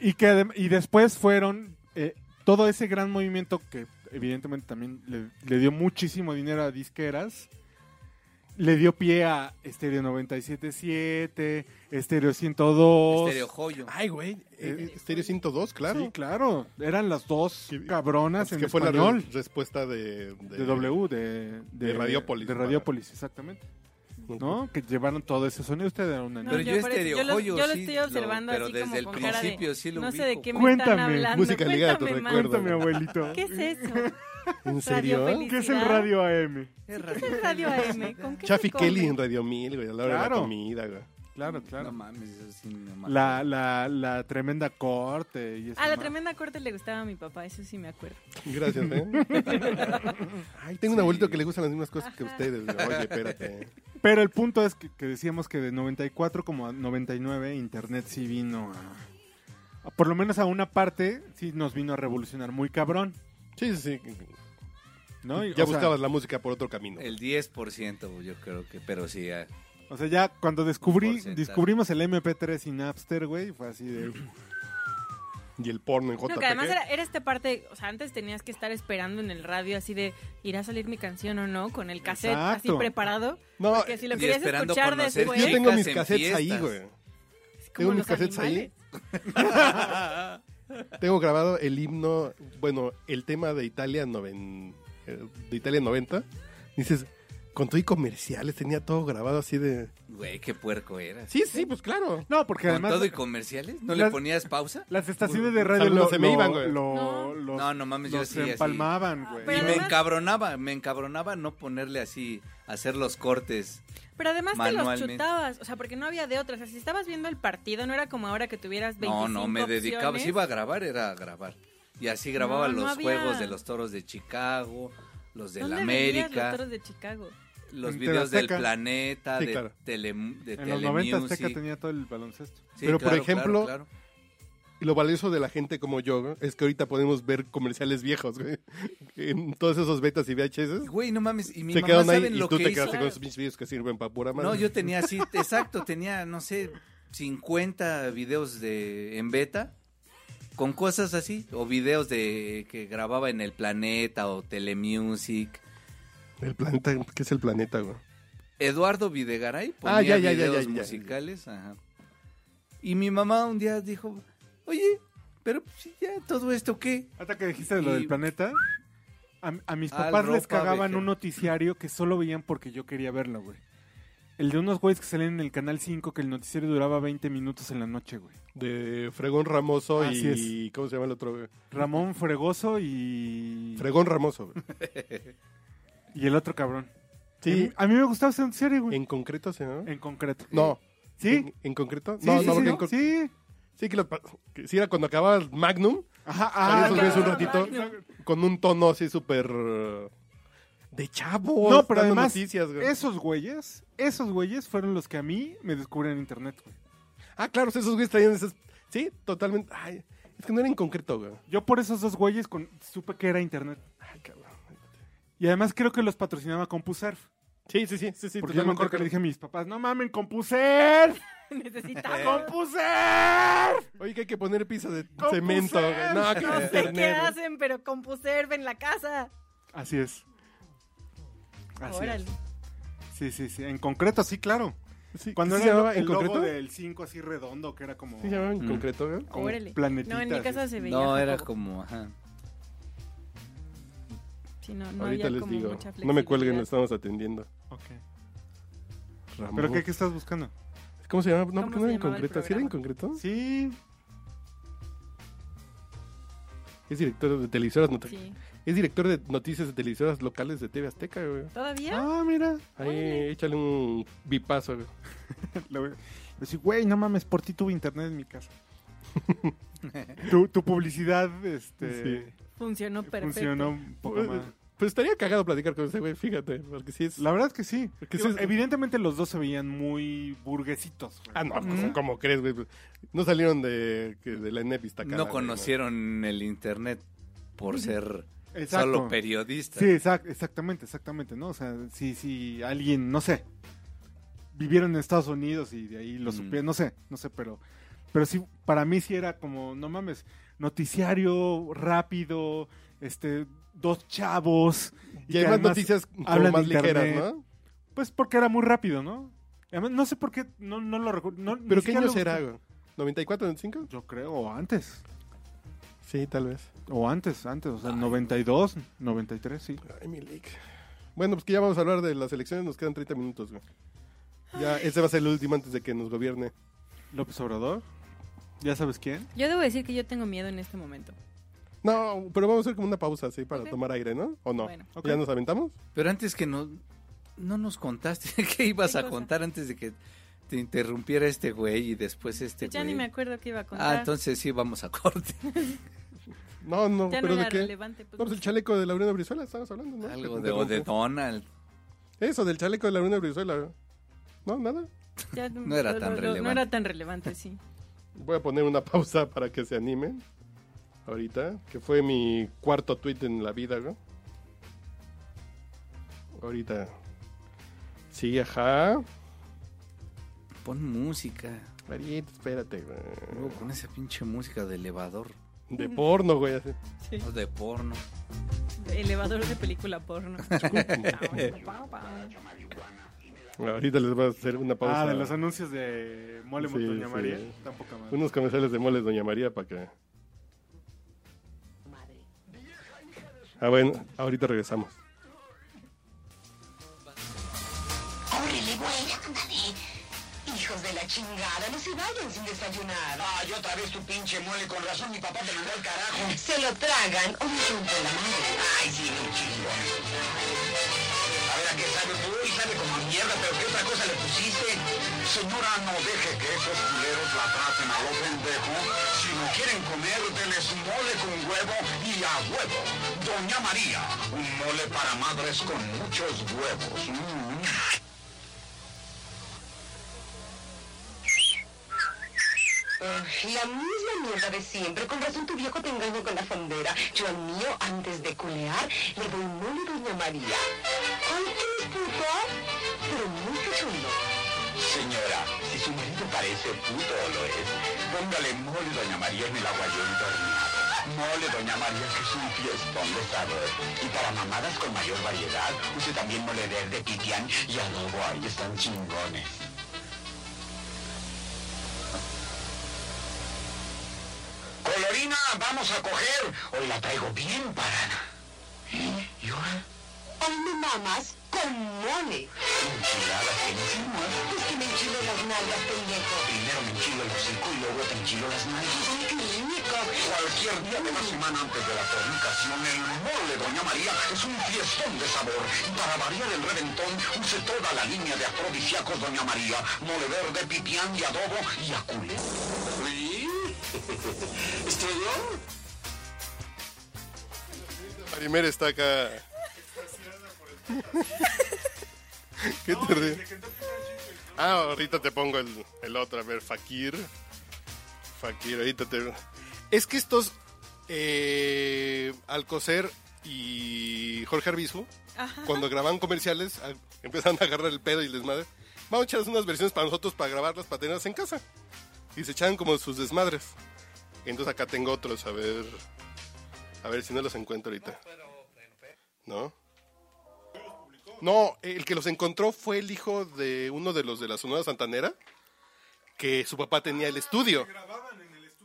Y, que adem- y después fueron eh, todo ese gran movimiento que evidentemente también le, le dio muchísimo dinero a disqueras. Le dio pie a Stereo 97.7, Stereo 102. Estereo Joyo. [LAUGHS] Ay, güey. eh, Stereo 102, claro. Sí, claro. Eran las dos Sí. cabronas Es en que fue la español. re- respuesta de, de, W, de, de Radiopolis, De Radiopolis, exactamente. ¿No? Que llevaron todo ese sonido. Usted era una No, Pero yo por eso- Estereo lo- Joyo yo lo sí estoy lo- observando pero así desde como el con cara de, principio sí lo no sé ubico. de qué me están Cuéntame, hablando. música ligada, te Cuéntame más. recuerdo. [LAUGHS] Cuéntame, abuelito. ¿Qué es eso? ¿En Radio serio? Feliz. ¿Qué es el Radio AM? Es ¿Qué radio. es Radio AM? ¿Con qué Chaffy se come? Kelly en Radio Mil, güey. A la hora de Claro. la comida, güey. Claro, No claro. mames, eso sí no mames. La, la, la tremenda corte. Y esa A la madre. tremenda corte le gustaba a mi papá, eso sí me acuerdo. [LAUGHS] Gracias, ¿eh? Ay, tengo un abuelito que le gustan las mismas cosas que ustedes. güey. Oye, [LAUGHS] espérate. Pero el punto es que, que decíamos que de 94 como a 99 Internet sí vino a, a- Por lo menos a una parte sí nos vino a revolucionar muy cabrón. Sí, sí, sí. ¿no? Y, Ya o sea, buscabas la música por otro camino. El 10%, yo creo que, pero sí. ah, o sea, ya cuando descubrí, Porcentaje. descubrimos el MP3 y Napster, güey, fue así de... [CLEARS THROAT] Y el porno en JPG. No, que además era, era esta parte, o sea, antes tenías que estar esperando en el radio así de, ¿irá a salir mi canción o no? Con el cassette así Exacto. preparado. No, Porque si lo y querías esperando escuchar conocer después, yo tengo Chicas mis en cassettes ahí, fiestas. güey. es como Tengo mis los cassettes animales. ahí. [LAUGHS] Tengo grabado el himno, bueno, el tema de Italia, noven- eh, de Italia 90. Dices, con todo y comerciales, tenía todo grabado así de... Güey, qué puerco era. Sí, sí, pues claro. No, porque ¿Con además todo y comerciales? ¿No le Las- ponías pausa? las estaciones de radio Algunos lo, se me lo- iban, güey. lo- No. los, No, no mames, yo los sí, así. empalmaban, güey. Y Pero me además- encabronaba, me encabronaba no ponerle así, hacer los cortes. Pero además te los Manualmente. chutabas, o sea, porque no había de otras. O sea, si estabas viendo el partido, no era como ahora que tuvieras 25 No, no, me dedicaba. opciones. Si iba a grabar, era a grabar. Y así grababa No, no los había. juegos de los toros de Chicago, los del ¿Dónde veías los América, toros de Chicago? [LAUGHS] los, En videos del Teleazteca. planeta, Sí, de, claro. tele, de en los 90 Azteca Telemusic. tenía todo el baloncesto. Sí, Pero, por claro, claro, ejemplo, claro. Y lo valioso de la gente como yo güey, es que ahorita podemos ver comerciales viejos, güey. En todos esos betas y VHS. Güey, no mames, y mi se mamá quedaron ahí saben y lo tú que te hizo. quedaste con esos pinches videos que sirven para pura madre. No, yo tenía así, [LAUGHS] exacto, tenía, no sé, 50 videos de en beta con cosas así, o videos de que grababa en El Planeta o Telemusic. El planeta, ¿qué es el planeta, güey? Eduardo Videgaray ponía Ah, ya, ya, ya, videos ya, ya, ya. musicales. Ajá. Y mi mamá un día dijo, oye, pero pues, si ya todo esto qué. Ahorita que dijiste lo Y- del planeta, a, a mis Al papás les ropa cagaban vejez. un noticiario que solo veían porque yo quería verlo, güey. El de unos güeyes que salían en el canal 5 que el noticiario duraba 20 minutos en la noche, güey. De Fregón Ramoso Así y. ¿Cómo se llama el otro? güey? Ramón Fregoso y Fregón Ramoso. [LAUGHS] güey. y el otro cabrón. Sí, A mí me gustaba ese noticiario, güey. en concreto se llama. En concreto. No. ¿Sí? ¿En, en concreto? Sí, no, sí, no, porque sí, en con- sí. Sí, que, lo pa- que sí era cuando acababa el Magnum, Ajá, ah, Salían esos güeyes un claro, ratito claro. con un tono así súper... eh, De chavo. No, pero dando además, noticias, güey. esos güeyes, esos güeyes fueron los que a mí me descubren en internet, güey. Ah, claro, esos güeyes traían esas... Sí, totalmente... Ay, es que no era en concreto, güey. Yo por esos dos güeyes con- supe que era internet. Ay, cabrón. Y además creo que los patrocinaba CompuServe. Sí, sí, sí, sí, sí. porque yo totalmente me acuerdo que le dije a mis papás, no mamen, CompuServe, Eh, Necesitamos. CompuServe. Oye, que hay que poner piso de Compuser. cemento, güey. No, [LAUGHS] que No sé qué internet, güey. hacen, pero compuserve en la casa. Así es. Así Órale. es. Sí, sí, sí. En concreto, sí, claro. Sí, Cuando ¿sí era se llamaba el en logo concreto? del 5 así redondo, que era como... Sí, se llamaba en Mm. concreto, güey. como Órale. planetita, No, en mi así. casa se veía. No, era poco. como, ajá. Sí, no, no Ahorita había les como digo. mucha No me cuelguen, flexibilidad. lo estamos atendiendo. Ok. Ramón. ¿Pero qué, qué estás buscando? ¿Cómo se llama? No, ¿Cómo porque se no era en llamaba el concreto. ¿Sí era en concreto? Sí. Es director de televisoras not- Sí. Es director de noticias de televisoras locales de TV Azteca, güey. ¿Todavía? Ah, mira. Ahí, échale un bipazo, güey. Le voy a decir, güey, no mames, por ti tuve internet en mi [LAUGHS] casa. tu, tu publicidad este, Sí. Funcionó perfecto. funcionó un poco más. Pues estaría cagado platicar con ese güey, fíjate. Porque sí es. La verdad es que sí. Que Digo, sí es- Evidentemente los dos se veían muy burguesitos. güey. Ah, no, Mm. ¿cómo, cómo crees, güey? No salieron de, que- de la ENEP No conocieron el internet por ser Exacto. solo periodistas. Sí, exact- exactamente, exactamente, ¿no? O sea, si, si alguien, no sé, vivieron en Estados Unidos y de ahí lo Mm. supieron, no sé, no sé, pero, pero sí, para mí sí era como, no mames, noticiario rápido, este, dos chavos, Y que además además noticias como hablan de más ligeras, internet. ¿no? pues porque era muy rápido, ¿no? Además, no sé por qué, no, no lo recuerdo. no- ni ¿Pero qué siquiera año lo será, busqué. güey? ¿94, 95? Yo creo, o antes, Sí, tal vez. o antes, antes, o sea, 92, 93, sí. Ay, mi leak. Bueno, pues que ya vamos a hablar de las elecciones, nos quedan 30 minutos, güey. Ya, ese va a ser el último antes de que nos gobierne. López Obrador, ¿ya sabes quién? Yo debo decir que yo tengo miedo en este momento. No, pero vamos a hacer como una pausa, así para Ok. tomar aire, ¿no? ¿O no? Bueno. Ok. ¿Ya nos aventamos? Pero antes que no, no nos contaste [LAUGHS] qué ibas ¿Qué a cosa? contar antes de que te interrumpiera este güey y después este Pues ya güey. ni me acuerdo qué iba a contar. ah, entonces sí, vamos a [LAUGHS] corte. No, no, ya no pero era ¿de qué? relevante. Pues, No, pues el chaleco de Laureano Brizuela, estabas hablando, ¿no? Algo Que te de, o de interrumpí. Donald. Eso, del chaleco de Laureano Brizuela. güey. No, nada. ya no era tan No relevante. era tan relevante, sí. Voy a poner una pausa [LAUGHS] para que se animen. Ahorita, que fue mi cuarto tweet en la vida, güey. Ahorita. Sí, ajá. Pon música. Ahorita, espérate, güey. Luego con esa pinche música de elevador. De porno, güey. así. sí. o de porno. Elevador de película [LAUGHS] porno. Ah, Ahorita les voy a hacer una pausa. Ah, de los anuncios de Mole Sí, Montaña sí. María. Tampoco más. Unos comerciales de moles, doña María, para que. Ah, bueno, ahorita regresamos. Córrele, güey, ándale. Hijos de la chingada, no se vayan sin desayunar. Ah, yo otra vez tu pinche mole, con razón mi papá te mandó al carajo. Se lo tragan un punto en la madre. Ay, sí, un chingo. A ver, ¿a qué sabe? Uy, sabe como a mierda, pero ¿qué otra cosa le pusiste? Señora, no deje que esos culeros la traten a lo pendejo. Si no quieren comer, denles mole con huevo y a huevo. Doña María, un mole para madres con muchos huevos. Mm. Ugh, la misma mierda de siempre. Con razón tu viejo te engaña con la fondera. Yo al mío, antes de culear, le doy mole a doña María. ¿Cuánto es, puto? Pero muy cachondo. Señora, si su marido parece puto o lo es, póngale mole, Doña María, en el aguayón dormido. Mole Doña María, que es un fiestón de sabor. Y para mamadas con mayor variedad, use también mole verde, pipián y adobo. Ahí están chingones. Colorina, vamos a coger. Hoy la traigo bien parada. ¿Eh? ¿Y ahora? Hoy me mamas con mole. Enchiladas, enchiladas. Pues que me enchilo las nalgas, pendejo. Primero me enchilo el hocico y luego te enchilo las nalgas. Ay, qué rico. Cualquier día de la semana antes de la fornicación, el mole Doña María es un fiestón de sabor. Y Para variar el reventón, use toda la línea de afrodisíacos Doña María. Mole verde, pipián y adobo y acule. ¿Estoy yo? Marimer está acá. ¿Qué te ríes? Ah, ahorita te pongo el, el otro. A ver, Fakir. Fakir, ahorita te. Es que estos. Eh, Alcocer y Jorge Arbizu, cuando grababan comerciales, a- empezaban a agarrar el pedo y les madre. Vamos a echarles unas versiones para nosotros, para grabarlas, para tenerlas en casa. Y se echaban como sus desmadres. Entonces acá tengo otros, a ver. A ver si no los encuentro ahorita. ¿No? No, el que los encontró fue el hijo de uno de los de la Sonora Santanera, que su papá tenía el estudio.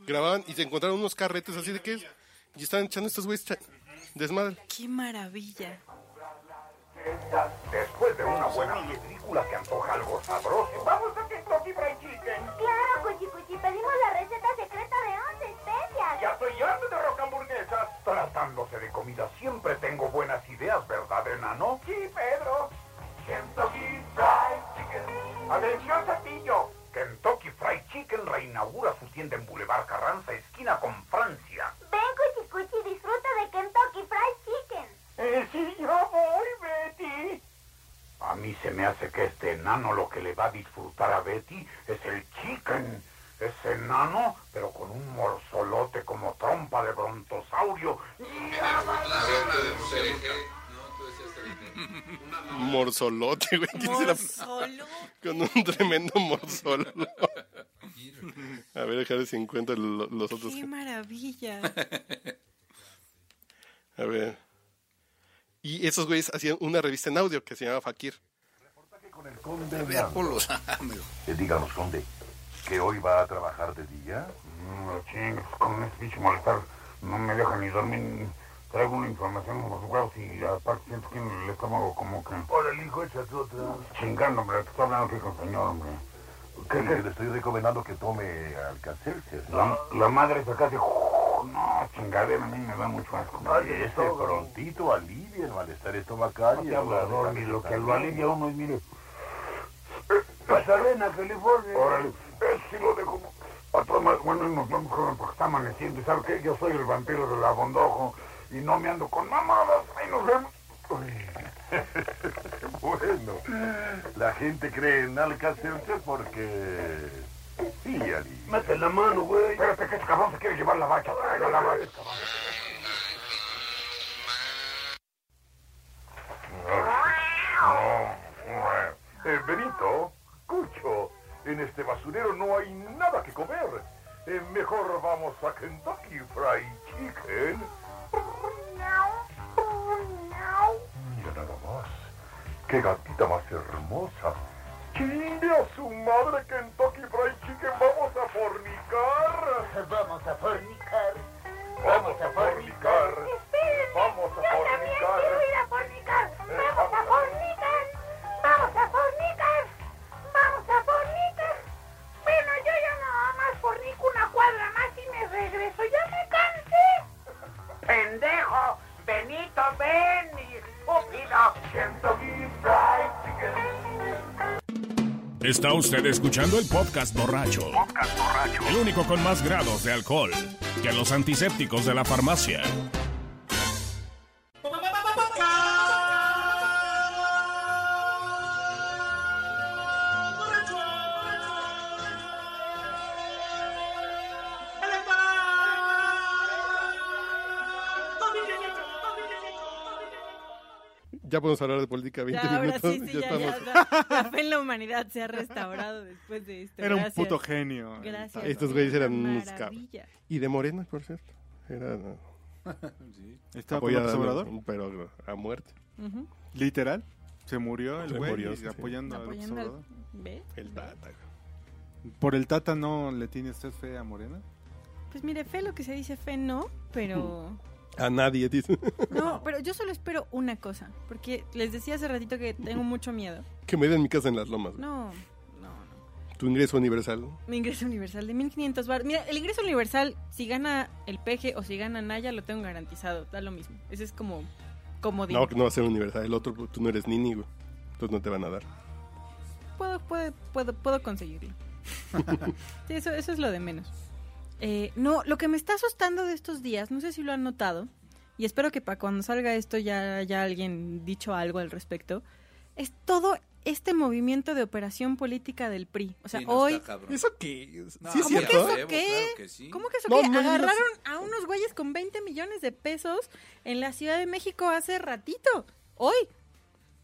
Grababan y se encontraron unos carretes así de que... Y estaban echando estos güeyes cha- desmadre. ¡Qué [LAUGHS] maravilla! Después de una buena película que antoja algo sabroso. Vamos a Kentucky Fried Chicken. Claro, Cuchi Cuchi, pedimos la receta secreta de 11 especias. Ya estoy harto de rocamburguesas. Tratándose de comida, siempre tengo buenas ideas, ¿verdad, enano? Sí, Pedro. Kentucky Fried Chicken. Atención, Cepillo. Kentucky Fried Chicken reinaugura su tienda en Boulevard Carranza, esquina con Francia. Ven, Cuchi Cuchi, disfruta de Kentucky Fried Chicken. sí, yo voy, Betty. A mí se me hace que este enano lo que le va a disfrutar a Betty es el chicken. Es enano, pero con un morzolote como trompa de brontosaurio. Morzolote, güey. ¿quién se la- Solo. Con un tremendo morzolote. A ver, déjame ver si encuentro lo- los otros. ¡Qué [LAUGHS] maravilla! A ver. Y esos güeyes hacían una revista en audio que se llamaba Fakir. Eh, Díganos, conde, ¿que hoy va a trabajar de día? No chingues, con ese pinche malestar no me deja ni dormir. Traigo una información como los huevos y aparte siento que en el estómago como que... Ahora el hijo esa otra. Chingando, hombre, te estoy hablando aquí con el señor, hombre. ¿Qué, qué? Le estoy recomendando que tome Alcacelcer. La, la madre se casi... No, chingadera, a mí me da mucho asco. Oye, este prontito alivia el malestar estomacal y Te hablo de dormir, lo que lo alivia uno es, mire... Pasadena, California. Órale, eh, sí lo dejo. Otro más, bueno, nos vamos con porque está amaneciendo. ¿Sabes qué? Yo soy el vampiro del abondojo y no me ando con mamadas. Ahí nos vemos. [LAUGHS] Bueno, la gente cree en Alcacelcer porque... Sí, Ali. Mete la mano, güey. Espérate, que este cabrón se quiere llevar la bacha. Traiga la bacha, cabrón. Eh, Benito, Cucho, en este basurero no hay nada que comer. Eh, mejor vamos a Kentucky Fried Chicken. Mira nada más. Qué gatita más hermosa. ¡Chingue a su madre Kentucky Fried Chicken! ¡Vamos a fornicar! ¡Vamos a fornicar! ¡Vamos a fornicar! Espérenme, Vamos a yo también fornicar. Eh, quiero ir a fornicar. Vamos a fornicar. Vamos a fornicar. Vamos a fornicar. Bueno, yo ya nada más fornico una cuadra más y me regreso. Ya me cansé. Pendejo, Benito, ven, estúpido. ¡Kentucky Fried Chicken! Está usted escuchando el podcast borracho. El único con más grados de alcohol que los antisépticos de la farmacia. Ya podemos hablar de política 20 Ya, ahora minutos. sí, sí, ya ya, estamos. ya, la, la fe en la humanidad se ha restaurado después de esto. Era un Gracias. puto genio. Gracias. Estos güeyes eran unos Maravilla. Y de Morena, por cierto. Era Sí. Estaba con apoyada, López Obrador. pero a muerte. Ujú. Literal. Se murió el Se güey murió, y sí. apoyando a López Apoyando al- Obrador. ¿Ve? El Tata. Por el Tata no le tiene usted fe a Morena. Pues mire, fe lo que se dice fe no, [LAUGHS] pero... A nadie, dice. No, pero yo solo espero una cosa, porque les decía hace ratito que tengo mucho miedo. [LAUGHS] que me den mi casa en las lomas. güey. No, Tu ingreso universal. mi ingreso universal de 1500 bar. Mira, el ingreso universal, si gana el peje o si gana Naya, lo tengo garantizado, da lo mismo. Ese es como... como No, que no va a ser universal. El otro, tú no eres nini, güey. Entonces no te van a dar. puedo, puedo, puedo, puedo [LAUGHS] conseguirlo. Sí, eso, eso es lo de menos. Eh, no, lo que me está asustando de estos días, no sé si lo han notado, y espero que para cuando salga esto ya haya alguien dicho algo al respecto, es todo este movimiento de operación política del PRI. O sea, Sí, no está hoy... cabrón. ¿Eso qué? No, ¿Sí es hombre, cierto? a ¿Eso huevo, qué? claro que sí. ¿Cómo que eso No, qué? no, no, no. Agarraron a unos güeyes con 20 millones de pesos en la Ciudad de México hace ratito, hoy,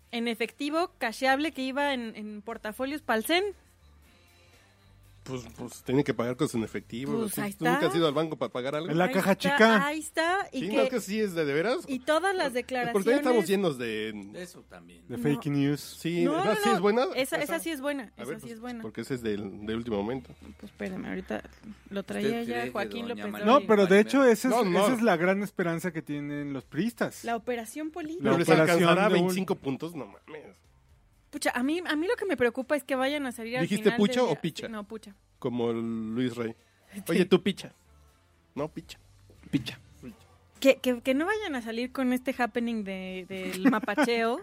en efectivo, casheable que iba en, en portafolios Palcén. Pues, pues tienen que pagar cosas en efectivo. Pues, ¿Tú- ahí ¿Tú nunca está. has ido al banco para pagar algo? En la Ahí caja está, chica. Ahí está. Y, Sí, que- no, que sí es de, de veras. Pues, y todas las Porque ahí declaraciones. estamos llenos de... Eso también. De No. fake news. Sí, No, no, ¿verdad? ¿Sí no, es buena? Esa, esa sí es buena. A Esa ver, sí pues, es buena. Porque ese es del, de último momento. Pues espérame, ahorita lo ¿Usted traía cree ya que Joaquín doña López María- No, Dóriga. pero de hecho esa es, No, no. esa es la gran esperanza que tienen los priistas. La operación política. Pero les alcanzará operación de un- 25 puntos, no mames. Pucha, a mí, a mí lo que me preocupa es que vayan a salir al ¿Dijiste final pucha del- o picha? No, pucha. Como el Luis Rey. Oye, tú picha. No, picha. Picha. Que, que, que no vayan a salir con este happening de, [LAUGHS] del mapacheo.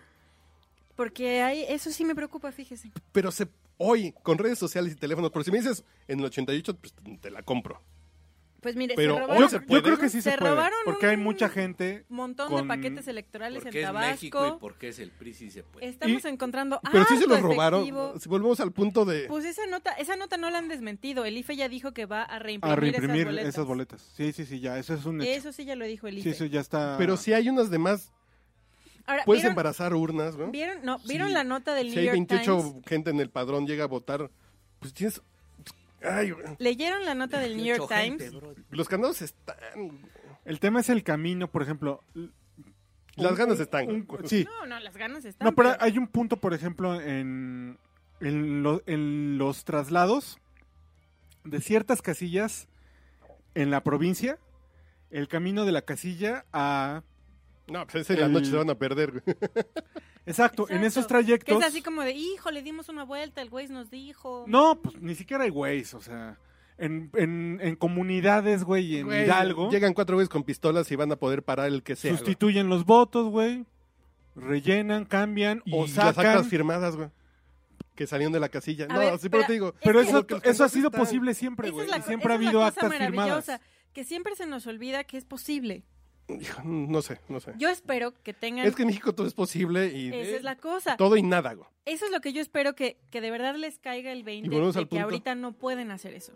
Porque hay, eso sí me preocupa, fíjese. Pero se, hoy, con redes sociales y teléfonos, por si me dices en el 88, pues te la compro. Pues mire, Pero se hoy robaron se Yo, yo creo que sí se, Se puede. robaron Porque hay un- mucha gente. un montón con- de paquetes electorales en Porque es Tabasco. México y porque es el PRI si se puede. Estamos Y- encontrando Pero sí se harto los robaron. Ah, efectivo. Si volvemos al punto de... Pues esa nota, esa nota no la han desmentido. El IFE ya dijo que va a reimprimir, A reimprimir esas, boletas. esas boletas. Sí, sí, sí, ya. Eso es un hecho. Eso sí ya lo dijo el Sí, IFE. eso ya está. Pero si hay unas demás, Ahora, puedes Ah, ¿vieron, embarazar urnas, ¿no? ¿vieron, no, ¿vieron Sí. la nota del Si New hay York 28 Times? gente en el padrón, llega a votar, pues tienes... Ay, güey. ¿Leyeron la nota del New York 28 gente, Times? bro. los candados están... El tema es el camino, por ejemplo. l- Las un- ganas están. un- sí. No, no, las ganas están. No, pero hay un punto, por ejemplo, en, en, lo- en los traslados de ciertas casillas en la provincia, el camino de la casilla a... No, pues esa en la noche El- se van a perder. güey. Exacto, en Exacto. esos Que trayectos... es así como de, hijo, le dimos una vuelta, el güey nos dijo. No, pues ni siquiera hay güeyes, o sea... En, en, en comunidades, güey, y en Güey, Hidalgo, Llegan cuatro veces con pistolas y van a poder parar el que sea. güey. sustituyen los votos, güey, rellenan, cambian Y o las actas sacan... firmadas, güey. Que salieron de la casilla. A no, ver, sí, pero pero te digo. Pero Es que- eso, como que los eso ha sido están- posible siempre, Esa güey. es la- Y siempre esa ha es la habido cosa actas firmadas. maravillosa, Que siempre se nos olvida que es posible. Hijo, [LAUGHS] No sé, no sé. Yo espero que tengan. Es que en México todo es posible y Esa es la cosa. todo y nada, güey. Eso es lo que yo espero que, que de verdad les caiga el 20 Y volvemos de al que punto. ahorita no pueden hacer eso.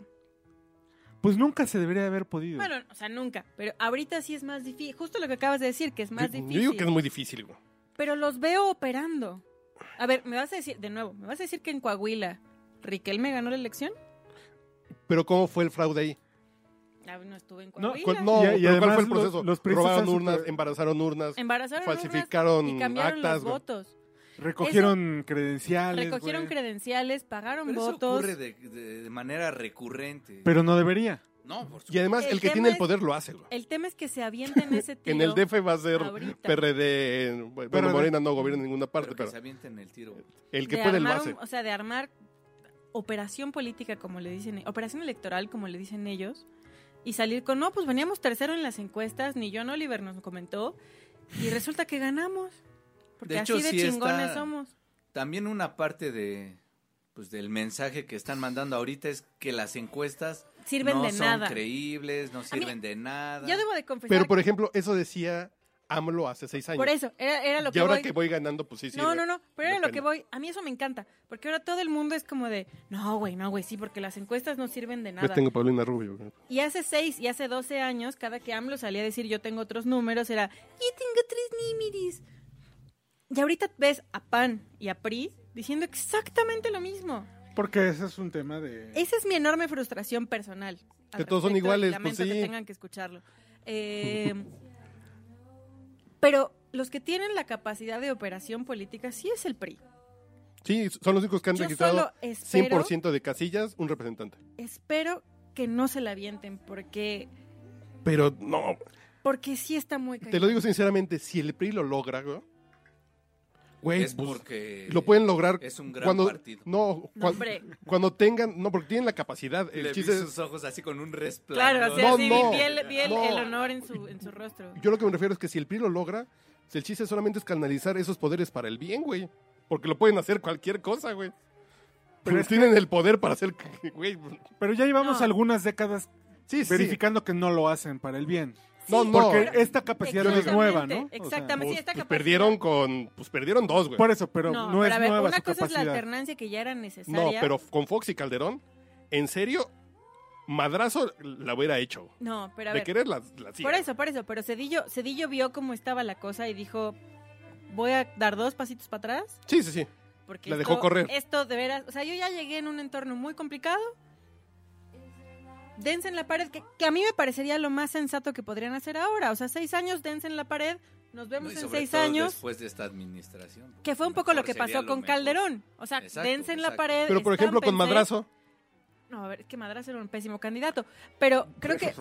Pues nunca se debería haber podido. Bueno, o sea, nunca, pero ahorita sí es más difícil. Justo lo que acabas de decir, que es más yo, yo difícil. digo que es muy difícil, güey. Pero los veo operando. A ver, me vas a decir, de nuevo, me vas a decir que en Coahuila Riquel me ganó la elección. Pero ¿cómo fue el fraude ahí? Ah, no estuve en No, Coahuila. ¿Cuál- no, Y- y pero ¿cuál además fue el los- proceso? los priistas Robaron han urnas, super- embarazaron urnas, Embarazaron urnas falsificaron y cambiaron actas, los güey. votos. Recogieron credenciales. Recogieron güey. credenciales, pagaron Pero eso votos. ocurre de, de- de manera recurrente. Pero no debería. no, por Y supuesto. además el, El que tema tiene el es- poder lo hace, güey. El tema es que se avienten [LAUGHS] ese tiro. En el DF va a ser ahorita. PRD, bueno, PRD. Morena no gobierna en ninguna parte, Pero que pero, se avienten el tiro. el que de puede lo armar hace. un- o sea, de armar operación política, como le dicen, operación electoral, como le dicen ellos, y salir con, no, pues veníamos tercero en las encuestas, ni John Oliver nos comentó, y resulta que ganamos. Porque De hecho, así de sí chingones está- somos. También una parte de pues del mensaje que están mandando ahorita es que las encuestas Sirven no de son nada. creíbles, no sirven de nada. Yo debo de confesar. Pero por ejemplo, eso decía AMLO hace seis años. pues por eso, era, era lo y que ahora voy. que voy ganando, pues sí, sí. no, no, no, pero era Depende. lo que voy. A mí eso me encanta, porque ahora todo el mundo es como de, no, güey, no, güey, sí, porque las encuestas no sirven de nada. Yo Pues tengo Paulina Rubio. güey. Y hace 6 y hace 12 años, cada que AMLO salía a decir yo tengo otros números, era yo tengo tres nímiris. Y ahorita ves a PAN y a PRI diciendo exactamente lo mismo. Porque ese es un tema de. Esa es mi enorme frustración personal. al Que todos son respecto, iguales, y Lamento pues sí. que tengan que escucharlo. Eh, [LAUGHS] pero los que tienen la capacidad de operación política sí es el PRI. Sí, son los únicos que han Yo registrado solo espero- 100% de casillas, un representante. Espero que no se la avienten porque, Pero no, porque sí está muy cañón. te lo digo sinceramente, si el PRI lo logra, güey, güey, Es pues, porque lo pueden lograr es un gran cuando partido. no, No, cuan- hombre. cuando tengan, no, porque tienen la capacidad, el Le vi chiste es- sus ojos así con un resplandor. Claro, o sea, No, sí, no, vi el, vi el- no. el honor en su, en su rostro. Yo lo que me refiero es que si el PRI lo logra, el chiste solamente es canalizar esos poderes para el bien, güey. Porque lo pueden hacer cualquier cosa, güey. Pero tienen el poder para hacer, güey. pues, Pero ya llevamos No. algunas décadas Sí, sí. verificando que que no lo hacen para el bien. No, Sí, no. Porque esta capacidad no es Exactamente, nueva, ¿no? O sea, Exactamente, sí, Pues, esta pues capacidad. perdieron con, pues perdieron dos, güey. por eso, pero no, No, pero es a ver, nueva una su cosa es la capacidad. alternancia que ya era No, necesaria. pero con Fox y Calderón, en serio, madrazo la hubiera hecho. No, pero a De ver. querer la, la sigue. Por eso, por eso, pero Cedillo, Cedillo vio cómo estaba la cosa y dijo, voy a dar dos pasitos para atrás. Sí, sí, sí. Porque La esto- dejó correr. Esto de veras, o sea, yo ya llegué en un entorno muy complicado. Dense en la pared, que, que a mí me parecería lo más sensato que podrían hacer ahora. O sea, seis años, dense en la pared, nos No, vemos y en sobre seis todo años. Después de esta administración. Que fue un poco lo Mejor que sería pasó lo con mejor. Calderón. O sea, Exacto, dense en la exacto. pared. Pero por ejemplo, con estámpense. madrazo, No, a ver, es que Madrazo era un pésimo candidato. Pero creo [LAUGHS] que,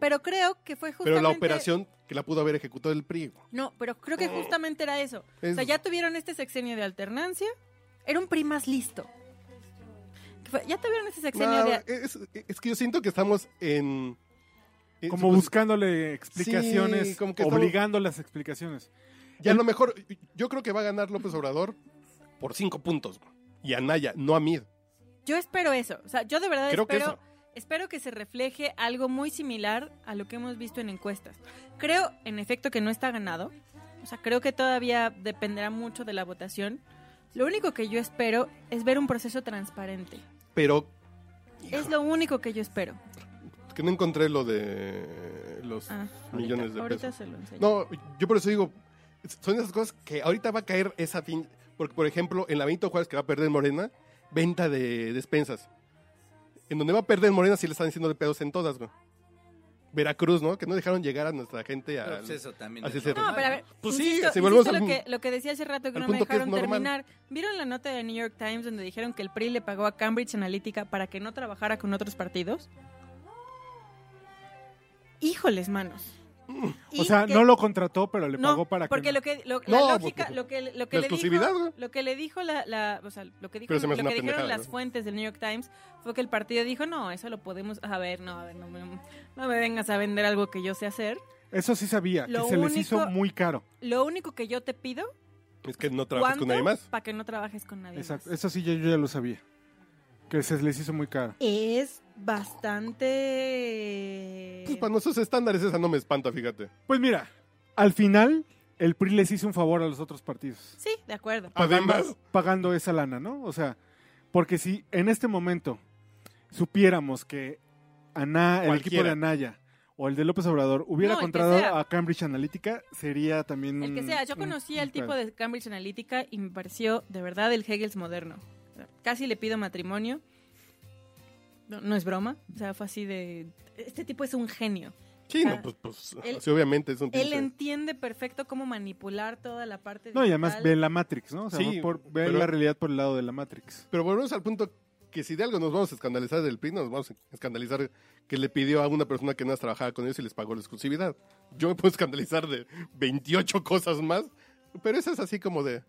pero creo que fue justamente. pero la operación que la pudo haber ejecutado el PRI. güey. No, pero creo que justamente era eso. O sea, Es- ya tuvieron este sexenio de alternancia. Era un PRI más listo. Que fue- Ya tuvieron este sexenio No, eh, de. es, es que yo siento que estamos en... en- Como pues, buscándole explicaciones, Sí, como que estamos- obligando las explicaciones. Y a lo mejor, yo creo que va a ganar López Obrador por cinco puntos. güey. Y a Naya, no a Mid. Yo espero eso. O sea, yo de verdad Creo que espero. eso. Espero que se refleje algo muy similar a lo que hemos visto en encuestas. Creo, en efecto, que no está ganado. O sea, creo que todavía dependerá mucho de la votación. Lo único que yo espero es ver un proceso transparente. Pero Es lo único que yo espero. que no encontré lo de los Ah, millones ahorita, de ahorita pesos. se lo enseño. No, yo por eso digo, son esas cosas que ahorita va a caer esa fin. Porque, por ejemplo, en la Benito Juárez que va a perder Morena, venta de despensas. En donde va a perder Morena sí le están diciendo de pedos en todas, güey. Veracruz, ¿no? Que no dejaron llegar a nuestra gente Pero, a... pues, eso también. Así es se- normal. No, pero a ver, Pues sí, insisto, si volvemos insisto al- lo, que, lo que decía hace rato que al no me punto que es dejaron normal. terminar. ¿Vieron la nota de New York Times donde dijeron que el PRI le pagó a Cambridge Analytica para que no trabajara con otros partidos? Híjoles, manos. O Mm. Y sea, que- no lo contrató, pero le no, pagó para porque que... lo que lo, No, la lógica, porque- lo que lo que la le dijo, exclusividad, güey. lo que le dijo la, la- o sea, lo que dijo Pero se me hace lo una que dijeron pendejada, las ¿no? fuentes del New York Times fue que el partido dijo, "No, eso lo podemos, a ver, no, a ver, no, me- no me vengas a vender algo que yo sé hacer." Eso sí sabía, que Lo se les hizo único- muy caro. Lo único que yo te pido Es que no trabajas con nadie más. Para que no trabajes con nadie Exacto, más. eso sí yo, yo ya lo sabía. Que se les hizo muy caro. Es bastante... Pues para nuestros estándares esa no me espanta, fíjate. Pues mira, al final el PRI les hizo un favor a los otros partidos. Sí, de acuerdo. Ah, Pues Además, Pagando esa lana, ¿no? O sea, porque si en este momento supiéramos que Ana, el equipo de Cualquiera. Anaya o el de López Obrador hubiera No, el que contratado sea. a Cambridge Analytica, sería también... El que sea, yo un- conocí un al tipo pedo. de Cambridge Analytica y me pareció de verdad el Hegels moderno. O sea, Casi le pido matrimonio. No, no es broma. O sea, fue así de... Este tipo es un genio. sí, ah, no, pues, pues él- sí, obviamente es un Él pinche- entiende perfecto cómo manipular toda la parte No, y además digital. ve la Matrix, ¿no? O sea, Sí, por- ve pero- la realidad por el lado de la Matrix. Pero volvemos al punto que si de algo nos vamos a escandalizar del PRI, nos vamos a escandalizar que le pidió a una persona que no trabajaba con ellos y les pagó la exclusividad. Yo me puedo escandalizar de 28 cosas más, pero esa es así como de...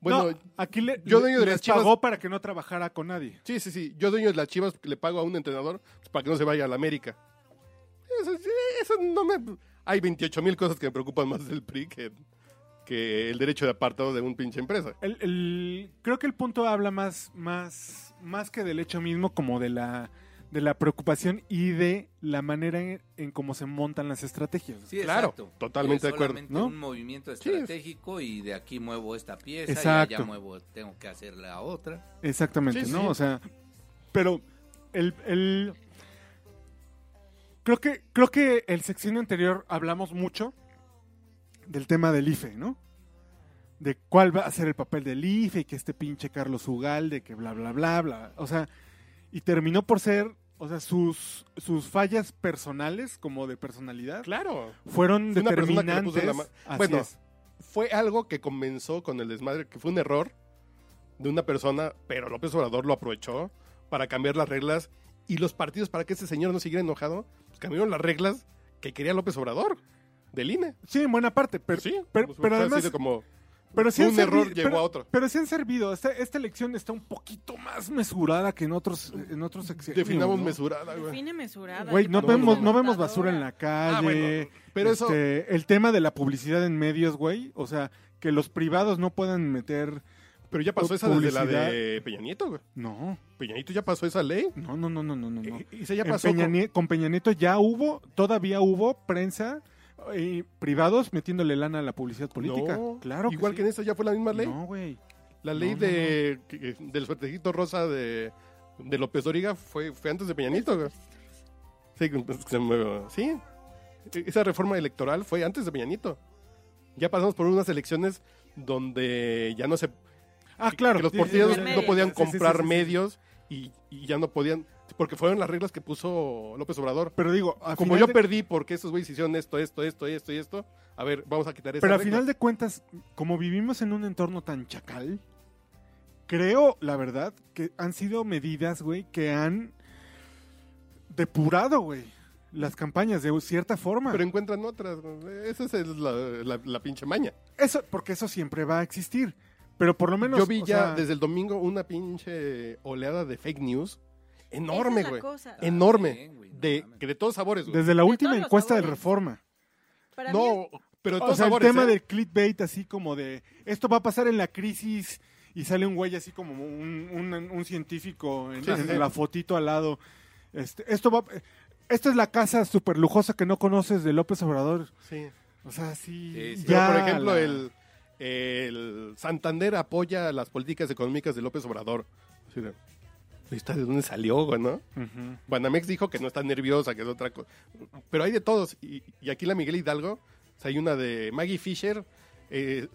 Bueno, No, aquí le, yo le- dueño de les las chivas- pagó para que no trabajara con nadie. sí, sí, sí, yo dueño de las chivas le pago a un entrenador pues, para que no se vaya a la América. Eso, sí, eso no me... Hay 28 mil cosas que me preocupan más del PRI que, que el derecho de apartado de un pinche empresa. El- el- creo que el punto habla más, más, más que del hecho mismo, como de la, de la preocupación y de la manera en, en cómo se montan las estrategias. Sí, Claro, exacto. totalmente Es de acuerdo, solamente ¿no? Un movimiento Sí, es- estratégico y de aquí muevo esta pieza y Exacto. allá muevo, tengo que hacer la otra. Exactamente, Sí, ¿no? sí. O sea, pero el, el- creo que creo que el sexenio anterior hablamos mucho del tema del IFE, ¿no? De cuál va a ser el papel del E IFE, que este pinche Carlos Ugalde, que bla bla bla bla, o sea, y terminó por ser O sea, sus, sus fallas personales, como de personalidad. Claro. Fueron Fue una persona que le puso determinantes. la ma- Así Bueno, es. fue algo que comenzó con el desmadre, que fue un error de una persona, pero López Obrador lo aprovechó para cambiar las reglas y los partidos para que ese señor no siguiera enojado, pues cambiaron las reglas que quería López Obrador del INE. Sí, en buena parte, pero, Sí, pero, pues, pero fue así además... de como Pero sí un han servi- error llegó pero- a otro. Pero sí han servido. Esta, esta elección está un poquito más mesurada que en otros, en otros sexenios, definamos ¿no? mesurada, güey. Define mesurada. Güey, ¿qué no, tal vemos, una no vemos matadora? basura en la calle. Ah, bueno, pero eso- este, El tema de la publicidad en medios, güey. O sea, que los privados no puedan meter. Pero ya pasó esa desde la de Peña Nieto, güey. No, Peña Nieto ya pasó esa ley. no, no, no, no, no. no. no. Y y se Eh, ya En pasó. Peña con- Nie- con Peña Nieto ya hubo, todavía hubo prensa y privados metiéndole lana a la publicidad política. No, claro. Igual que en esa ya fue la misma sí. ley. No, güey. La ley No, no, de, que- que- del suertecito rosa de, de López Doriga fue, fue antes de Peña Nieto. güey. Sí, pues, se me- sí. E- esa reforma electoral fue antes de Peña Nieto. Ya pasamos por unas elecciones donde ya no se... Ah, claro. que los sí, sí, partidos sí, sí, los no sí, podían sí, sí, sí, comprar sí, sí. medios y, y ya no podían... Porque fueron las reglas que puso López Obrador. Pero digo, a Como final yo de- perdí porque esos güeyes hicieron esto, esto, esto, esto y esto. A ver, vamos a quitar esa Pero al regla. final de cuentas, como vivimos en un entorno tan chacal, creo, la verdad, que han sido medidas, güey, que han depurado, güey, las campañas de cierta forma. Pero encuentran otras. güey. Esa es la- la- la pinche maña. Eso, porque eso siempre va a existir. Pero por lo menos. Yo vi o ya sea, desde el domingo una pinche oleada de fake news Esa enorme, es la güey. Ah, cosa. Enorme. Bien, güey, no de, mames. que de todos sabores, güey. desde la De última todos los encuesta de sabores. reforma. Para mí No, pero de todos O sea, el sabores. tema ¿eh? del clickbait, así como de esto va a pasar en la crisis y sale un güey así como un, un- un científico en, Sí, sí, en sí. la fotito al lado. Este, esto va, esta es la casa súper lujosa que no conoces de López Obrador. Sí. O sea, sí. Sí, sí. Pero, ya por ejemplo, la- el, el Santander apoya las políticas económicas de López Obrador. Así de, ¿Está de dónde salió, güey, no? Ujú. Banamex dijo que no está nerviosa, que es otra cosa. Pero hay de todos. Y, y aquí la Miguel Hidalgo, o sea, hay una de Maggie Fisher, eh,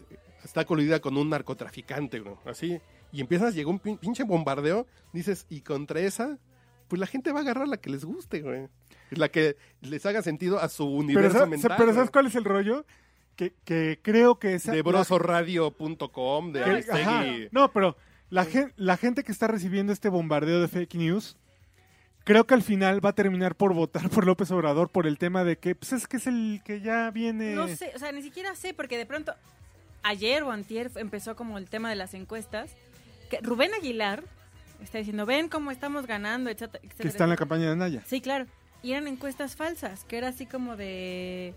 está coludida con un narcotraficante, ¿no? Así. Y empiezas, llegó un pin- pinche bombardeo, dices, y contra esa, pues la gente va a agarrar la que les guste, güey. La que les haga sentido a su Pero, universo ¿sabes, mental. pero güey. ¿sabes cuál es el rollo? Que, que creo que esa. De la- brosoradio.com, de que- Aristegui. ajá. No, pero la, gen- la gente que está recibiendo este bombardeo de fake news, creo que al final va a terminar por votar por López Obrador por el tema de que pues es que es el que ya viene. No sé, o sea, ni siquiera sé, porque de pronto ayer o antier empezó como el tema de las encuestas. Que Rubén Aguilar está diciendo, ven cómo estamos ganando, etcétera. que etcétera". está en la campaña de Anaya. Sí, claro. Y eran encuestas falsas, que era así como de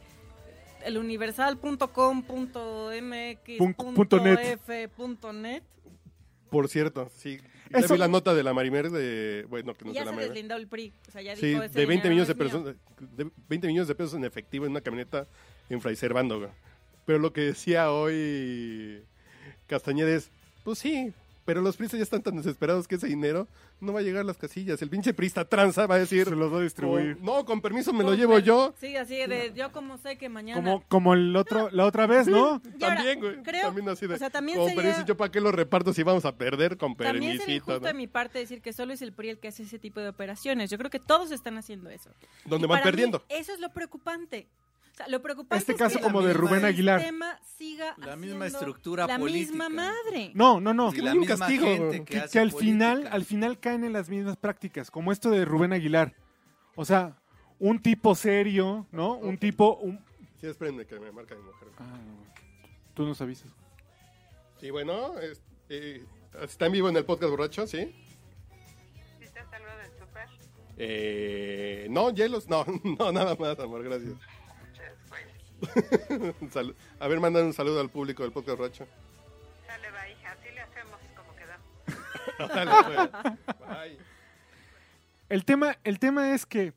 eluniversal.com.mx.f.net. Pun- punto net. Por cierto, sí. Eso- Ya vi la nota de la Marimer de... Bueno, que no Y es de ya la se Marimer. deslindó el PRI. O sea, ya Sí, dijo, "Ese de 20 dinero millones de, es mío". personas, de 20 millones de pesos en efectivo en una camioneta en Fray Servando, güey. Pero lo que decía hoy Castañeda es, pues sí, pero los pristas ya están tan desesperados que ese dinero no va a llegar a las casillas. El pinche prista tranza va a decir, Se los va a distribuir. "Con- no, con permiso me lo Con- llevo yo. Sí, así de yo como sé que mañana... Como, como el otro, la otra vez, ¿no? Y ahora, también, güey. creo- también así de, o sea, también con sería- permiso yo para qué lo reparto si vamos a perder con También sería permisito. injusto ¿no? de mi parte decir que solo es el PRI el que hace ese tipo de operaciones. Yo creo que todos están haciendo eso. Donde Y van para mí, perdiendo. eso es lo preocupante. O sea, lo preocupante Este es caso que como de Rubén Aguilar. El sistema siga La misma haciendo estructura la política. misma madre. No, no, no. Y Que, la hay un misma castigo, gente que, hace que al política. final, al final caen en las mismas prácticas, como esto de Rubén Aguilar. O sea, un tipo serio, ¿no? Un tipo. un- Sí, espérenme que me marca mi mujer. Ah, no. Tú nos avisas. Sí, bueno, es- eh, está en vivo en el podcast borracho, ¿sí? ¿Necesitas algo del súper? Eh, no, hielos, no, [LAUGHS] no, nada más, amor, gracias. [LAUGHS] Muchas gracias. Salud. A ver, mandan un saludo al público del podcast borracho. Sale, va, hija. Así le hacemos como quedamos. Dale, güey. Bye. El tema, el tema es que,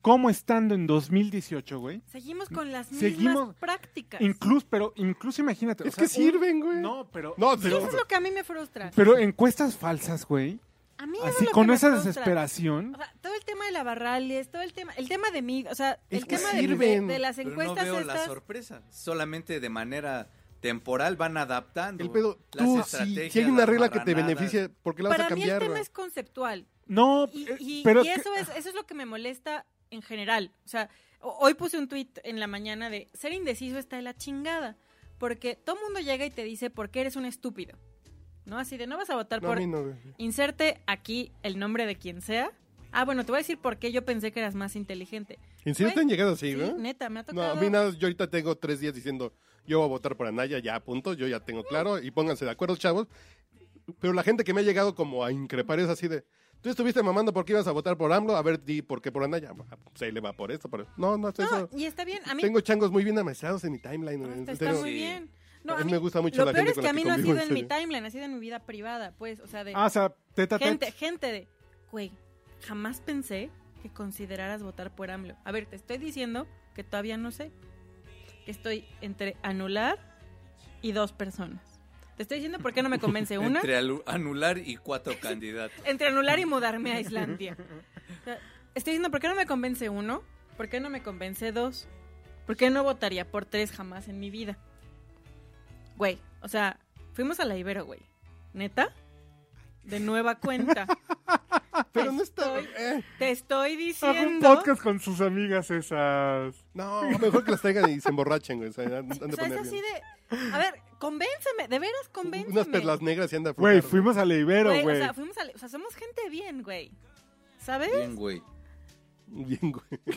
como estando en 2018, güey, Seguimos con las Seguimos- mismas prácticas. incluso, pero incluso imagínate. o Es sea, que sirven, güey. un- No, pero. no, Y pero- eso es lo que a mí me frustra. Pero encuestas falsas, güey. A mí eso es Así lo que con me esa frustra. desesperación. O sea, todo el tema de la barrales, todo el tema, el tema de mí, o sea, Es el que tema de- sirven. de, de las Pero encuestas no veo la estas. sorpresa. Solamente de manera temporal van adaptando. el pedo, las tú, si, estrategias, si hay una las regla que te marranadas. beneficie, ¿por qué la vas Para a mí el cambiar, tema güey? es conceptual. No, Y, eh, y- pero y eso es, eso es lo que me molesta en general. O sea, ho- hoy puse un tuit en la mañana de ser indeciso está de la chingada. Porque todo mundo llega y te dice por qué eres un estúpido. ¿No? Así de no vas a votar No, a por. mí no, güey. Inserte aquí el nombre de quien sea. Ah, bueno, te voy a decir por qué yo pensé que eras más inteligente. ¿En serio Güey, te han llegado así, güey? Sí, neta, me ha No, tocado. a mí nada, yo ahorita tengo tres días diciendo, yo voy a votar por Anaya, ya a punto, yo ya tengo claro, y pónganse de acuerdo, chavos. Pero la gente que me ha llegado como a increpar es así de, tú estuviste mamando porque ibas a votar por AMLO, a ver, di, ¿por qué por Anaya? Ah, pues ahí le va por esto, por No, no, estoy No, eso. y está bien. A mí Tengo changos muy bien amestrados en mi timeline. güey, en Está, está serio. muy bien. No, A mí me gusta mucho lo la peor gente es con que la a que mí no ha convivo, sido en en mi serio. timeline, ha sido en mi vida privada, pues, o sea, de Ah, o sea, teta, gente, gente de, güey, jamás pensé que consideraras votar por AMLO. A ver, te estoy diciendo que todavía no sé, que estoy entre anular y dos personas. Te estoy diciendo por qué no me [LAUGHS] convence una, Entre alu- anular y [LAUGHS] cuatro candidatos. entre anular y mudarme a Islandia. O sea, estoy diciendo por qué no me convence uno, por qué no me convence dos, por qué no votaría por tres jamás en mi vida. Güey, o sea, fuimos a la Ibero, güey. ¿Neta? De nueva cuenta. Pero no eh, está... Te estoy Haz un diciendo. podcast con sus amigas esas. No, mejor que las traigan y se emborrachen, güey. o sea, han- han [LAUGHS] de O sea, es poner así bien. de. A ver, convénceme, de veras convénceme. Unas perlas negras y anda a Güey, fumar. fuimos a la Ibero, Güey, güey. O sea, fuimos a la- o sea, somos gente bien, güey. ¿Sabes? Bien, güey. Bien, güey.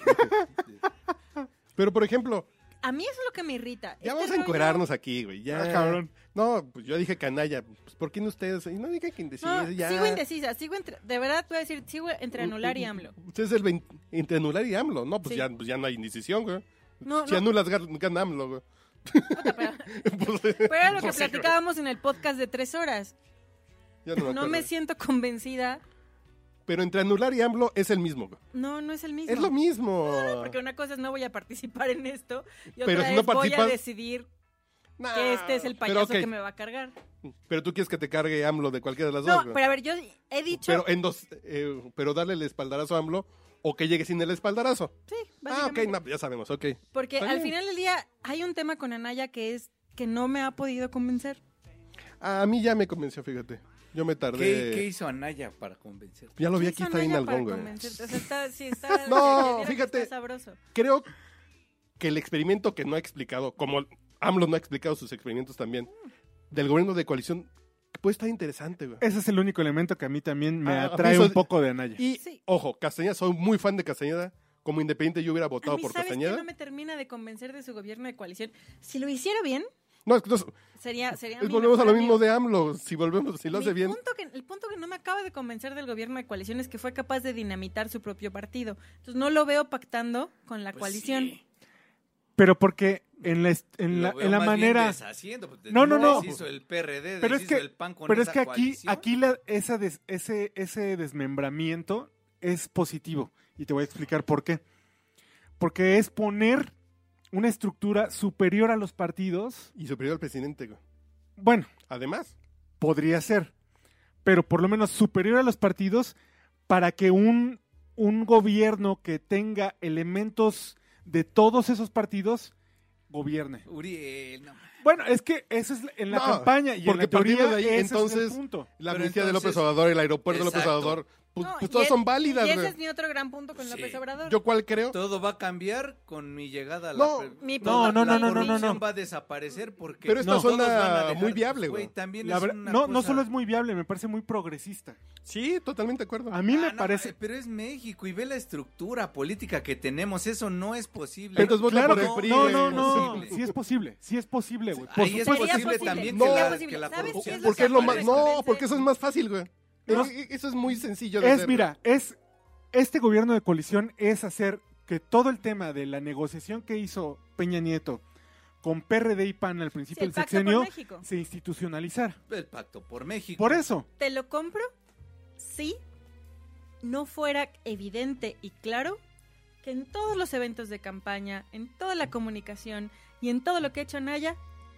[LAUGHS] Pero, por ejemplo, A mí eso es lo que me irrita. Ya Este vamos a rollo- encuerarnos aquí, güey. Ya. Ah, cabrón. No, pues yo dije canalla. Pues, ¿Por qué no ustedes? Y no digan que indeciso. No, ya. Sigo indecisa, sigo entre. De verdad, te voy a decir, sigo entre anular y AMLO. Ustedes el 20 entre anular y AMLO. No, pues, Sí. ya, pues ya no hay indecisión, güey. No, si no. anulas, gan- gana AMLO, güey. [LAUGHS] Pero era lo que [LAUGHS] Pues sí, güey. platicábamos en el podcast de tres horas. Ya no me No acuerdo. me siento convencida. Pero entre anular y AMLO es el mismo, güey. No, no es el mismo. Es lo mismo. Porque una cosa es no voy a participar en esto y otra Pero si no es voy a participas- Ah, decidir que este es el pero payaso ok. que me va a cargar. Pero tú quieres que te cargue AMLO de cualquiera de las No, dos, güey. pero a ver, yo he dicho... Pero, en dos, eh, pero darle el espaldarazo a AMLO o que llegue sin el espaldarazo. Sí, Ah, ok, básicamente. no, ya sabemos, ok. Porque Está al bien. final del día hay un tema con Anaya que es que no me ha podido convencer. A mí ya me convenció, fíjate. Yo me ¿Qué, tardé. qué hizo Anaya para convencerte? Ya lo vi ¿Qué aquí, hizo está bien Anaya algón, para güey. convencerte? O sea, está- sí, [LAUGHS] está- No, mira que fíjate. está sabroso. Creo que el experimento que no ha explicado, como AMLO no ha explicado sus experimentos también, del gobierno de coalición, puede estar interesante, Eh, güey. Ese es el único elemento que a mí también me Ah, atrae eso- un poco de Anaya. Y, Sí. ojo, Castañeda, soy muy fan de Castañeda. Como independiente yo hubiera A votado mí, por ¿sabes que Castañeda. no me termina de convencer de su gobierno de coalición? Si lo hiciera bien, No, es que entonces, sería... sería es- mi volvemos a mejor lo amigo. mismo de AMLO. Si volvemos, si lo hace Mi bien. punto que- el punto que no me acaba de convencer del gobierno de coalición es que fue capaz de dinamitar su propio partido. Entonces no lo veo pactando con Pues la coalición. Pero porque en la, est- en Lo la, veo en la más bien manera... deshaciendo, pues, No, no, no. Deshizo el PRD, Pero es deshizo que, el PAN con pero es esa que aquí, coalición. aquí la, esa des- ese, ese desmembramiento es positivo. Y te voy a explicar por qué. Porque es poner una estructura superior a los partidos. Y superior al presidente, güey. Bueno, Además, podría ser, pero por lo menos superior a los partidos para que un, un gobierno que tenga elementos de todos esos partidos gobierne. Uriel, no. Bueno, es que eso es en la No, campaña y en porque la teoría partiendo de ahí, ese es entonces- el punto. la Pero amnistía de López entonces- Obrador, el aeropuerto de López Exacto. Obrador, pues, No, pues y todas el- son válidas, Y ese güey. es mi otro gran punto con López Sí. Obrador. Yo cuál creo. Todo va a cambiar con mi llegada a la No, pre- Mi No, no, no, la no, no, no, corrupción no. va a desaparecer porque Pero esta todos zona van a dejar- muy viable, güey. también La es ver- una no, no cosa- solo es muy viable, me parece muy progresista. Sí, totalmente de acuerdo. A mí Ah, me no, parece. eh, Pero es México y ve la estructura política que tenemos, eso no es posible. Entonces vota claro por que el PRI, no, güey. no, no, Imposible. sí es posible, sí es posible, güey. Por Ahí es supuesto. posible, Sería posible, también sería que, la, posible. que la ¿Sabes qué corrupción es lo Porque es lo más, aparezca. no, porque eso es más fácil, güey. No. Es- Eso es muy sencillo de Es, hacer. mira, es este gobierno de coalición es hacer que todo el tema de la negociación que hizo Peña Nieto con PRD y PAN al Sí, principio el del pacto por sexenio México. se institucionalizar. El pacto por México. Por eso, Te lo compro si no fuera evidente y claro que en todos los eventos de campaña, en toda la comunicación y en todo lo que ha hecho Naya,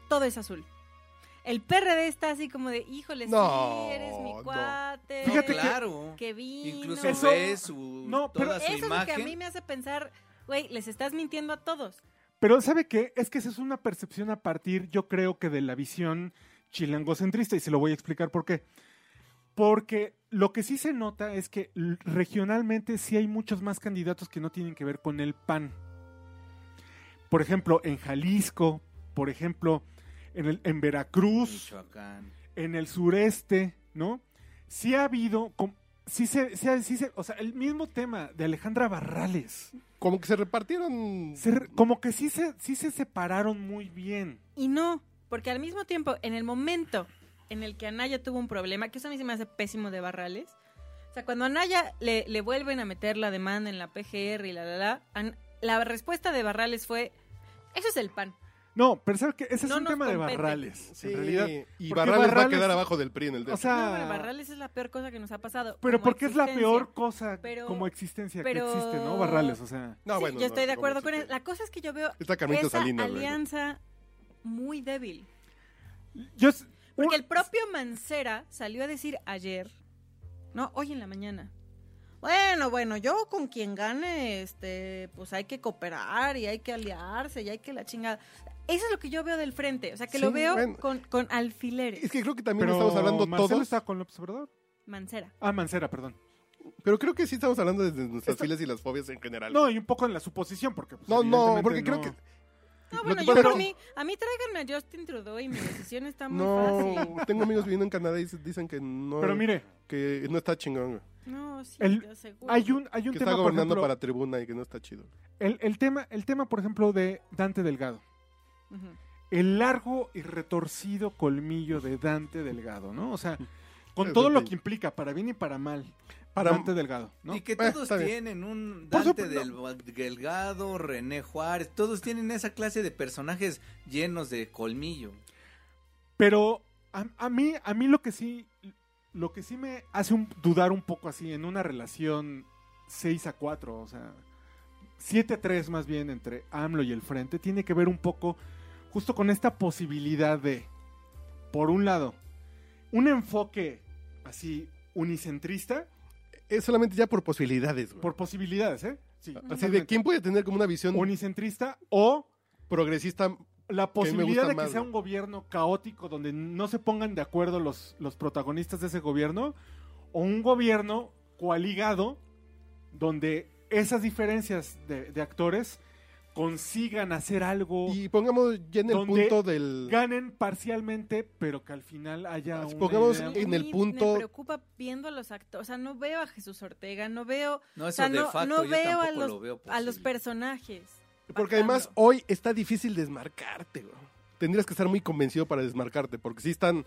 todo es azul. El PRD está así como de, híjole, No, sí, eres mi no. cuate. No, Fíjate que- claro. que vino. Incluso Eso- ve su, no, pero- toda su Eso es lo que a imagen. mí me hace pensar, güey, les estás mintiendo a todos. pero ¿sabe qué? Es que esa es una percepción a partir, yo creo que de la visión chilangocentrista y se lo voy a explicar por qué. Porque lo que sí se nota es que l- regionalmente sí hay muchos más candidatos que no tienen que ver con el PAN. Por ejemplo, en Jalisco, por ejemplo, en, el- en Veracruz, Michoacán. en el sureste, ¿no? Sí ha habido, com- sí se, sí ha- sí se- o sea, el mismo tema de Alejandra Barrales. Como que se repartieron. como que sí se, sí se separaron muy bien. Y no, porque al mismo tiempo, en el momento en el que Anaya tuvo un problema, que eso a mí se me hace pésimo de Barrales, o sea, cuando a Anaya le, le vuelven a meter la demanda en la PGR y la la la, an- la respuesta de Barrales fue, eso es el pan. No, pero ¿sabes que Ese es No un nos tema de compete. Barrales, Sí, en realidad. y Porque Barrales va a quedar abajo del PRI en el O DF. No, pero sea, Barrales es la peor cosa que nos ha pasado. Ah. pero como porque es la existencia. peor cosa Pero- como existencia pero- que existe, ¿no? Barrales, o sea. No, Sí, bueno, yo estoy no, de como acuerdo con él. La cosa es que yo veo Está Carmelita esa Salinas, güey. alianza muy débil. Yo, Porque el propio Mancera salió a decir ayer, no, hoy en la mañana. Bueno, bueno, yo con quien gane, este, pues hay que cooperar y hay que aliarse y hay que la chingada. Eso es lo que yo veo del frente, o sea que lo Sí, veo bueno. con, con alfileres. Es que creo que también Pero estamos hablando Marcelo todos. está con López Obrador. [LAUGHS] Mancera. Ah, Mancera, perdón. Pero creo que sí estamos hablando desde nuestras filas y las fobias en general. No, y un poco en la suposición, porque. pues, no, no, evidentemente porque creo no. que. No, Lo bueno, que yo pasa por es- mí, a mí tráiganme a Justin Trudeau y mi decisión está muy fácil. No, tengo amigos viviendo en Canadá y se- dicen que no. Pero mire. Que no está chingón. güey. No, sí, El- te aseguro. Hay un, hay un que está tema. por gobernando ejemplo, para tribuna y que no está chido. el, el tema, el tema, por ejemplo, de Dante Delgado. Ujú. El largo y retorcido colmillo de Dante Delgado, ¿no? O sea, con Es todo lo Dante. que implica, para bien y para mal. Para- Dante Delgado, ¿no? Y que Bueno, todos está bien. tienen un Por Dante supuesto, del Delgado, René Juárez, todos tienen esa clase de personajes llenos de colmillo. Pero a, a mí, a mí lo que sí, lo que sí me hace un- dudar un poco así en una relación 6 a 4, o sea, 7 a 3 más bien entre AMLO y el Frente, tiene que ver un poco justo con esta posibilidad de, por un lado, un enfoque así unicentrista Es solamente ya por posibilidades, güey. por posibilidades, ¿eh? Sí, Así de totalmente. quién puede tener como una visión unicentrista o progresista. la me posibilidad gusta de que más, sea güey. un gobierno caótico donde no se pongan de acuerdo los, los protagonistas de ese gobierno o un gobierno coaligado donde esas diferencias de, de actores consigan hacer algo, Y pongamos ya en el Donde punto del. ganen parcialmente, pero que al final haya Así, una pongamos idea. A Ah, en el mí punto- Me preocupa viendo a los actores. O sea, no veo a Jesús Ortega, no veo. No, o eso sea, de no, facto no yo veo, a tampoco los, lo veo a los posible. personajes. Porque además Bajando. hoy está difícil desmarcarte, güey. Tendrías que estar muy convencido para desmarcarte, porque sí están.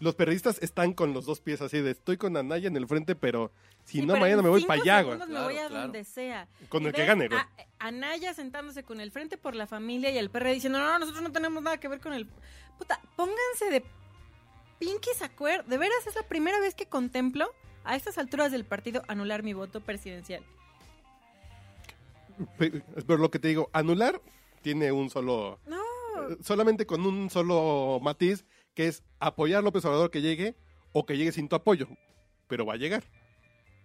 Los periodistas están con los dos pies así de estoy con Anaya en el frente, pero Sí, si no, pero mañana en me voy cinco para allá, güey. segundos me Claro, voy a claro. donde sea. Con Y el que ves gane, güey. a- a Naya sentándose con el frente por la familia y el perro diciendo, no, no, nosotros no tenemos nada que ver con el. Puta, pónganse de pinkies acuerdo. De veras, es la primera vez que contemplo a estas alturas del partido anular mi voto presidencial. Pe- Pero lo que te digo, anular tiene un solo. No. eh, Solamente con un solo matiz, que es apoyar a López Obrador que llegue o que llegue sin tu apoyo. Pero va a llegar.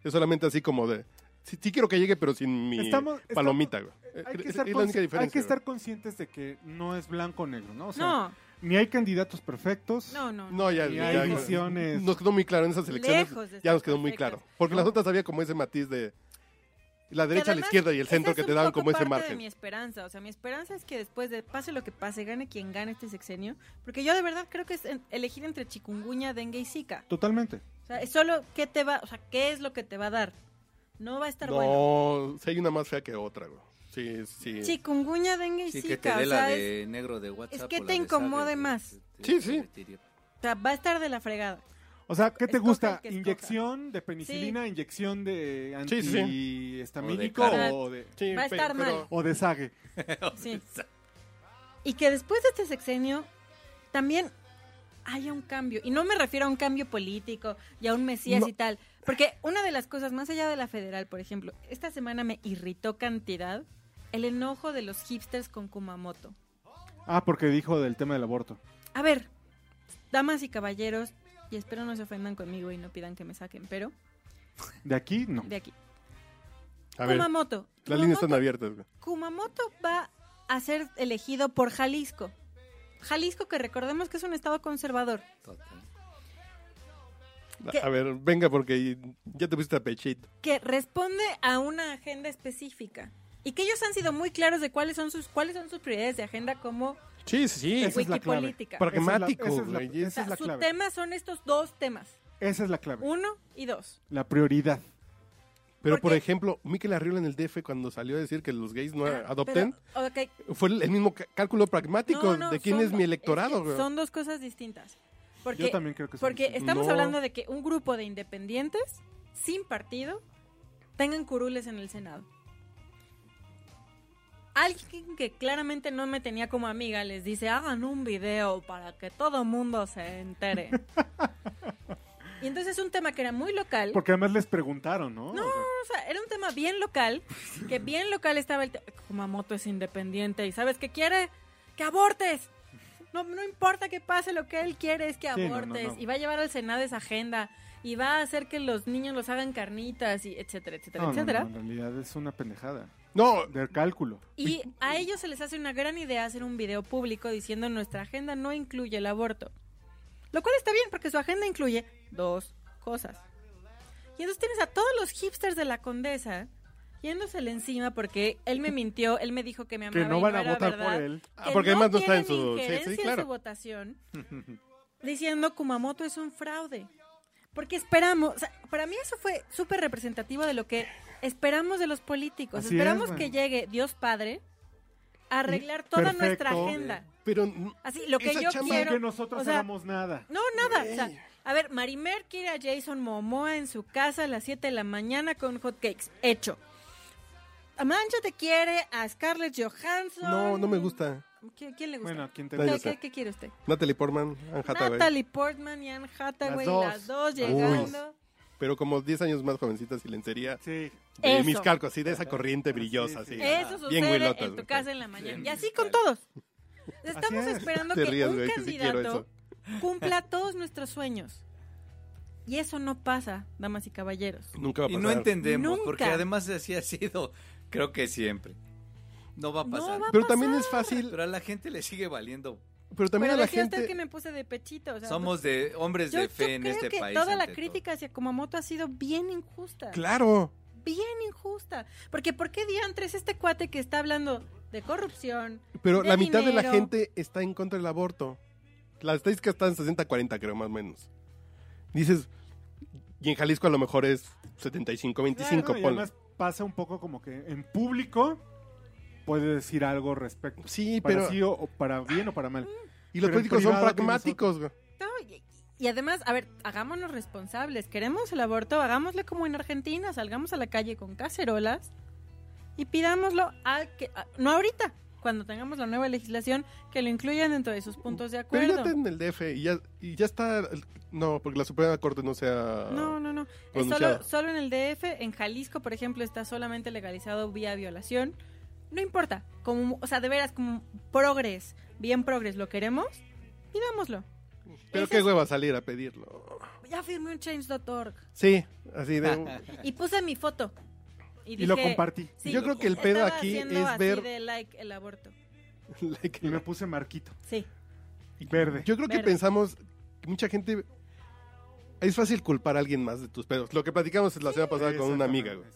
Es solamente así como de. Sí, sí quiero que llegue, pero sin mi Estamos- estamos- palomita, güey. Eh, Hay que, Es- estar es la única consci- diferencia, hay que güey. estar conscientes de que no es blanco o negro, ¿no? O sea, no, ni hay candidatos perfectos. no, no, no. No, ya, Y ya- hay ya- visiones. Nos quedó muy claro en esas elecciones. Lejos de Ya nos estar quedó muy perfectas. claro. Porque las No. otras había como ese matiz de la Que derecha, la además, izquierda y el esa centro es que un te daban poco como ese parte margen. de mi esperanza, o sea, mi esperanza es que después de pase lo que pase, gane quien gane este sexenio, porque yo de verdad creo que es en- elegir entre chikungunya, dengue y zika. Totalmente. O sea, es solo qué te va, o sea, qué es lo que te va a dar. No va a estar no, bueno. sí hay una más fea que otra, güey. Sí, sí. Chikungunya, dengue y Sí, que te zika, o dé la sea, es- de negro de WhatsApp. que o la te de incomode Saga, güey. más. Sí, sí. o sea, va a estar de la [LAUGHS] fregada. O sea, ¿qué te Escoge gusta? el que escoja. ¿Inyección de penicilina? ¿Inyección de Sí, sí, sí. antihistamínico? O O de de, Carac. o de, Sí, Va a pe- estar pero- mal. sague. Sí. Y que después de este sexenio también haya un cambio. Y no me refiero a un cambio político y a un Mesías No. y tal. Porque una de las cosas, más allá de la federal, por ejemplo, esta semana me irritó cantidad el enojo de los hipsters con Kumamoto. Ah, porque dijo del tema del aborto. A ver, damas y caballeros, y espero no se ofendan conmigo y no pidan que me saquen, pero De aquí, no. de aquí. A ver, Kumamoto. las líneas Kumamoto están abiertas, güey. Kumamoto va a ser elegido por Jalisco. Jalisco, que recordemos que es un estado conservador. ¿Qué? A ver, venga, porque ya te pusiste a pechito. que responde a una agenda específica y que ellos han sido muy claros de cuáles son sus cuáles son sus prioridades de agenda como Sí, sí, Esa es la clave. Wikipolítica. Pragmático, Esa es la- güey, esa o sea, es la su clave. tema son estos dos temas Esa es la clave. uno y dos La prioridad. Pero, por ejemplo, Miquel Arriola en el DF, cuando salió a decir que los gays no adopten, Ah, Pero, ok, fue el el mismo ca- cálculo pragmático no, no, de quién son es mi do- electorado. es que güey. son dos cosas distintas porque Yo también creo que son porque distintas. estamos No. hablando de que un grupo de independientes sin partido tengan curules en el senado Alguien que claramente no me tenía como amiga les dice, hagan un video para que todo mundo se [LAUGHS] entere. y entonces un tema que era muy local. Porque además les preguntaron, ¿no? No, O sea, o sea, era un tema bien local, que bien local estaba el tema. Kumamoto es independiente y ¿sabes qué quiere? ¡Que abortes! No, no importa que pase, lo que él quiere es que Sí, no, no, abortes. no. Y va a llevar al Senado esa agenda. Y va a hacer que los niños los hagan carnitas, y etcétera, etcétera, no, no, etcétera. no, en realidad es una pendejada. No. Del cálculo. Y a ellos se les hace una gran idea hacer un video público diciendo nuestra agenda no incluye el aborto. Lo cual está bien porque su agenda incluye dos cosas. Y entonces tienes a todos los hipsters de la condesa yéndosele encima porque él [LAUGHS] me mintió, él me dijo que me Que amaba. no y van a era votar verdad, por él. que Ah, porque además no está en tienen su- sí, sí, injerencia en claro. su [LAUGHS] votación diciendo Kumamoto es un fraude. Porque esperamos, o sea, para mí eso fue súper representativo de lo que esperamos de los políticos. Así es, esperamos güey. que llegue Dios Padre a arreglar toda nuestra Perfecto. agenda. Pero Así, lo que Esa yo chamba- quiero. Sin que nosotros o sea, hagamos nada. No, nada. o sea, a ver, Marimer quiere a Jason Momoa en su casa a las 7 de la mañana con hotcakes. Hecho. Amancha te quiere a Scarlett Johansson. No, no me gusta. ¿Qui- ¿Quién le gusta? Bueno, ¿quién te ¿Qué- gusta? qué- qué quiere usted? Natalie Portman, Anne Hathaway. Natalie Portman y Anne Hathaway, las dos, llegando. Pero como 10 años más jovencita y lencería. Sí. De Eso. mis calcos, así de esa corriente brillosa, así. Eso Bien sucede huelotas. en tu güey. casa en la mañana. Y así con todos. Estamos es. esperando Te que rías, un güey, que sí quiero candidato [LAUGHS] cumpla todos nuestros sueños. Y eso no pasa, damas y caballeros. Nunca va a Y no pasar. entendemos, porque Nunca. además así ha sido, [LAUGHS] creo que siempre. No va a No pasar. va a Pero también es fácil. Pero a la gente le sigue valiendo. Pero también Pero a la decía gente. usted que me puse de pechito. o sea, pues, Somos de hombres yo- de yo fe en creo este que país. Toda la ante todo. crítica hacia Kumamoto ha sido bien injusta. Claro. Bien injusta. Porque ¿por qué diantres este cuate que está hablando de corrupción? Pero de la mitad de la dinero? gente está en contra del aborto. La estadística está en 60-40, creo, más o menos. Dices, y en Jalisco a lo mejor es 75-25, Claro, Ah, y ponle. además pasa un poco como que en público puede decir algo al respecto. Sí, para pero- Sí o, o para bien o para mal. Y los Pero en políticos son privado tienes pragmáticos, güey. No, y, y además, a ver, hagámonos responsables. Queremos el aborto, hagámosle como en Argentina, salgamos a la calle con cacerolas y pidámoslo a que a- no ahorita, cuando tengamos la nueva legislación que lo incluyan dentro de sus puntos de Pero acuerdo. ya está en el DF y ya, y ya está. el- No, porque la Suprema Corte no sea. No, no, no. Es pronunciado. solo, solo en el DF, en Jalisco, por ejemplo, está solamente legalizado vía violación. No importa, como, o sea, de veras, como progres, bien progres, lo queremos, pidámoslo. Pero qué hueva salir a pedirlo. Ya firmé un change.org. Sí, [LAUGHS] así de. [LAUGHS] Y puse mi foto. Y, Y lo compartí. Yo creo que el pedo estaba aquí haciendo es así ver- de like el aborto. Y me puse marquito. Sí. Verde. Yo creo que Verde. pensamos que mucha gente. Es fácil culpar a alguien más de tus pedos. Lo que platicamos la semana pasada con una amiga, güey.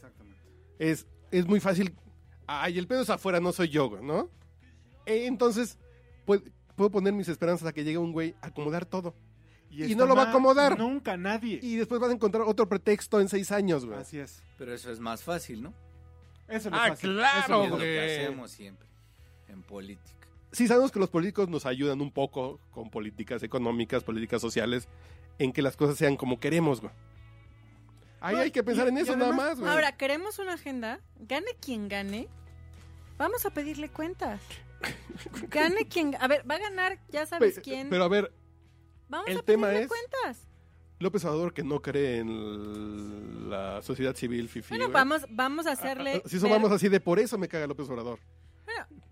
Es, es muy fácil. Ay, el pedo es afuera, no soy yo, güey, ¿no? Eh, entonces, pues, puedo poner mis esperanzas a que llegue un güey a acomodar todo. Y, está no lo va a mal, acomodar. Nunca nadie. Y después vas a encontrar otro pretexto en seis años, güey. Así es. Pero eso es más fácil, ¿no? Eso no es Ah, fácil. claro, Eso es lo que güey. hacemos siempre en política. sí sabemos que los políticos nos ayudan un poco con políticas económicas, políticas sociales, en que las cosas sean como queremos, güey. Ahí No, hay que pensar y- en y eso además- nada más, güey. Ahora, queremos una agenda. Gane quien gane. Vamos a pedirle [LAUGHS] cuentas. Gane quien. A ver, va a ganar, ya sabes Pe- quién. Pues, Pero a ver, Vamos el a tema pedirle es- cuentas. López Obrador que no cree en l- la sociedad civil, Fifi. Bueno, vamos, vamos a hacerle. Ah, Si eso ver- vamos así de por eso me caga López Obrador.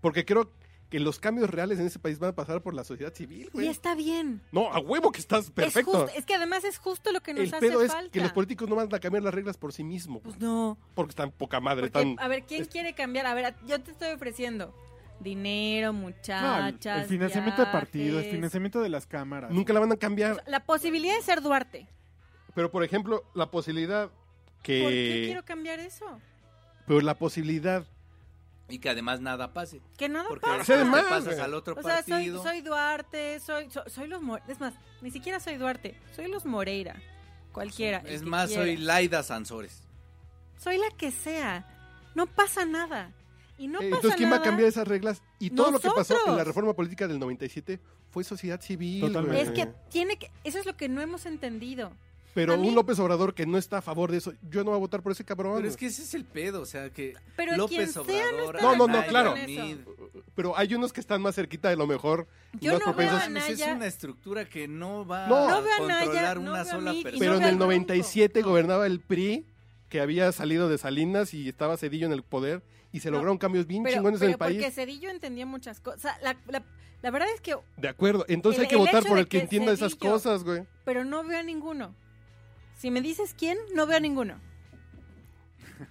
Porque creo que los cambios reales en ese país van a pasar por la sociedad civil, Y güey. está bien. No, a huevo que estás Es, perfecto. justo- es que además es justo lo que nos El hace pedo es falta. que los políticos no van a cambiar las reglas por sí mismos. Pues no. Porque están poca madre, Porque, están a ver, ¿quién quiere cambiar? A ver, a- yo te estoy ofreciendo dinero, No, muchachas. el, el financiamiento de partido, el viajes. financiamiento de las cámaras. Nunca la van a cambiar. La posibilidad de ser Duarte. Pero, por ejemplo, la posibilidad que... ¿Por qué Eh, quiero cambiar eso? Pero la posibilidad... eh, Y que además nada pase. Que nada Porque pasa. después te pasas al otro o sea, soy, partido. soy Duarte, soy, so- soy, los Moreira. Es más, ni siquiera soy Duarte, soy los Moreira. Cualquiera. el Es que más, quiera. soy Laida Sansores. Soy la que sea. No pasa nada. Y no Eh, pasa Entonces, ¿quién nada. va a cambiar esas reglas? Y todo lo que pasó en la ¡Nosotros! reforma política del 97 fue sociedad civil. güey. Totalmente. Es que tiene que. Eso es lo que no hemos entendido. Pero a mí- un López Obrador que no está a favor de eso, yo no voy a votar por ese cabrón. Pero es güey. que ese es el pedo, o sea que Pero quien López sea, no Obrador, está de No, no, no, Anaya, claro. Mid, Pero hay unos que están más cerquita de lo mejor. Yo más no veo propensos. a Anaya. Es una estructura que no va No. a No veo a Anaya, controlar no veo una a sola Mid y no persona. Pero en veo el al Bronco. 97 gobernaba el PRI, que había salido de Salinas y estaba Cedillo en el poder, y se No, lograron cambios bien Pero, chingones en el pero porque país. Cedillo entendía muchas cosas. La, la- la verdad es que. De acuerdo, entonces El- hay que el votar hecho por de el que que entienda esas Cedillo- cosas, güey. Pero no veo a ninguno. Si me dices quién, no veo a ninguno.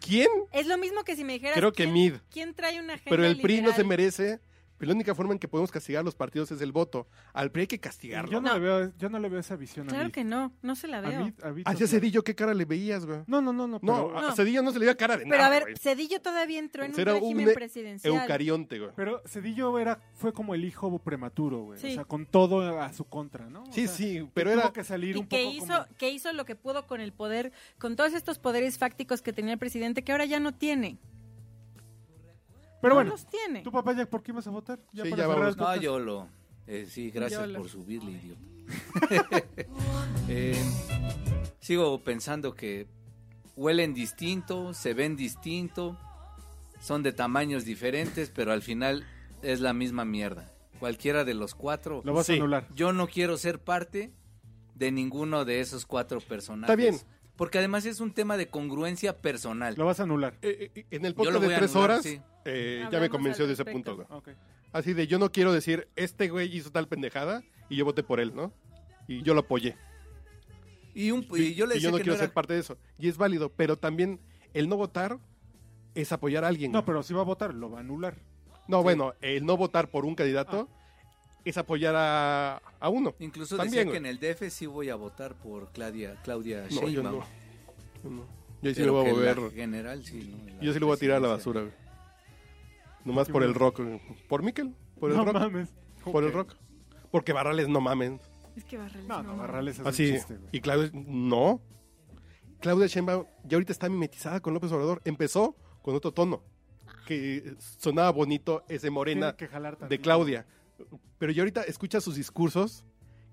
¿Quién? Es lo mismo que si me dijeras. Creo que quién- Mid. ¿Quién trae una agenda? Pero el PRI no se liberal? merece. La única forma en que podemos castigar a los partidos es el voto. Al PRI hay que castigarlo. Yo no, Le veo, yo no le veo esa visión a Claro mí. que no, no se la A veo. mí- a mí Hacia total. Cedillo, ¿qué cara le veías, güey? No, no, no, no. No, pero- a Cedillo no se le veía cara de Pero nada. a ver, güey. Cedillo todavía entró en un Era régimen un e- presidencial. Eucarionte, güey. Pero Cedillo era, fue como el hijo prematuro, güey. Sí. O sea, con todo a su contra, ¿no? O Sí, sea, sí, que pero tuvo era. que salir y un que poco hizo, como- que hizo lo que pudo con el poder, con todos estos poderes fácticos que tenía el presidente, que ahora ya no tiene. Pero no bueno, los tiene. ¿tu papá Jack por qué ibas a votar? Sí, para ya cerrar el vamos. No, podcast. yo lo. eh, sí, gracias Yolo. por subirle, idiota. [LAUGHS] Eh, sigo pensando que huelen distinto, se ven distinto, son de tamaños diferentes, pero al final es la misma mierda. Cualquiera de los cuatro. Lo vas Sí. a anular. Yo no quiero ser parte de ninguno de esos cuatro personajes. Está bien. Porque además es un tema de congruencia personal. Lo vas a anular. Eh, eh, en el Yo lo podcast voy de a tres anular, horas, sí. eh, ya me Hablamos convenció al de ese respecto. punto, güey. Ok. Así de, yo no quiero decir, este güey hizo tal pendejada y yo voté por él, ¿no? Y yo lo apoyé. Y, un, y yo le Y decía yo no que quiero no era- ser parte de eso. Y es válido, pero también el no votar es apoyar a alguien. No, güey. pero si va a votar, lo va a anular. No, bueno, el no votar por un candidato Ah. es apoyar a, a uno. Incluso También, decía güey. que en el DF sí voy a votar por Claudia, Claudia No, yo Sheinbaum. no. Yo no. Yo ahí sí Pero lo voy a que la volver. general, sí, ¿no? La Yo sí lo voy a tirar a la presidencia. basura, güey. Nomás por el rock. güey. ¿Por Miquel? ¿Por el no rock? mames. Por el rock. Porque Barrales no mamen. Es que Barrales No, no, mames. Barrales es Así. un chiste, güey. y Claudia, no. Claudia Sheinbaum ya ahorita está mimetizada con López Obrador. Empezó con otro tono. Que sonaba bonito ese morena Tiene que jalar de tantito. Claudia. Pero ya ahorita escucha sus discursos.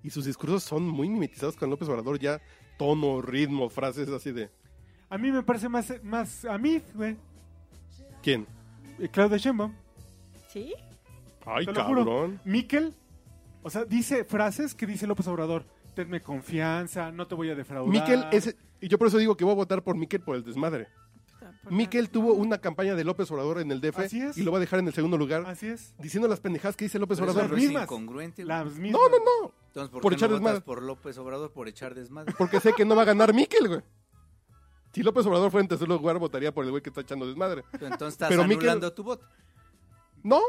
Y sus discursos son muy mimetizados con López Obrador. Ya tono, ritmo, frases así de... A mí me parece más, más a mí, güey. ¿Quién? Eh, Claudia Sheinbaum. ¿Sí? Ay, Te lo juro. cabrón. Miquel, o sea, dice frases que dice López Obrador. Tenme confianza, no te voy a defraudar. Miquel es... Y yo por eso digo que voy a votar por Miquel por el desmadre. Puta, por Miquel la- tuvo una campaña de López Obrador en el DF Así es. y lo va a dejar en el segundo lugar Así es. diciendo las pendejadas que dice López Pero Obrador. eso Las no es mismas. incongruente. güey. Las mismas. No, no, no. Entonces, ¿por, por qué echar no votas desmadre. por López Obrador por echar desmadre? Porque sé que no va a ganar Miquel, güey. Si López Obrador fuera en tercer lugar, votaría por el güey que está echando desmadre. Pero Entonces estás Pero Miquel- anulando tu voto. No,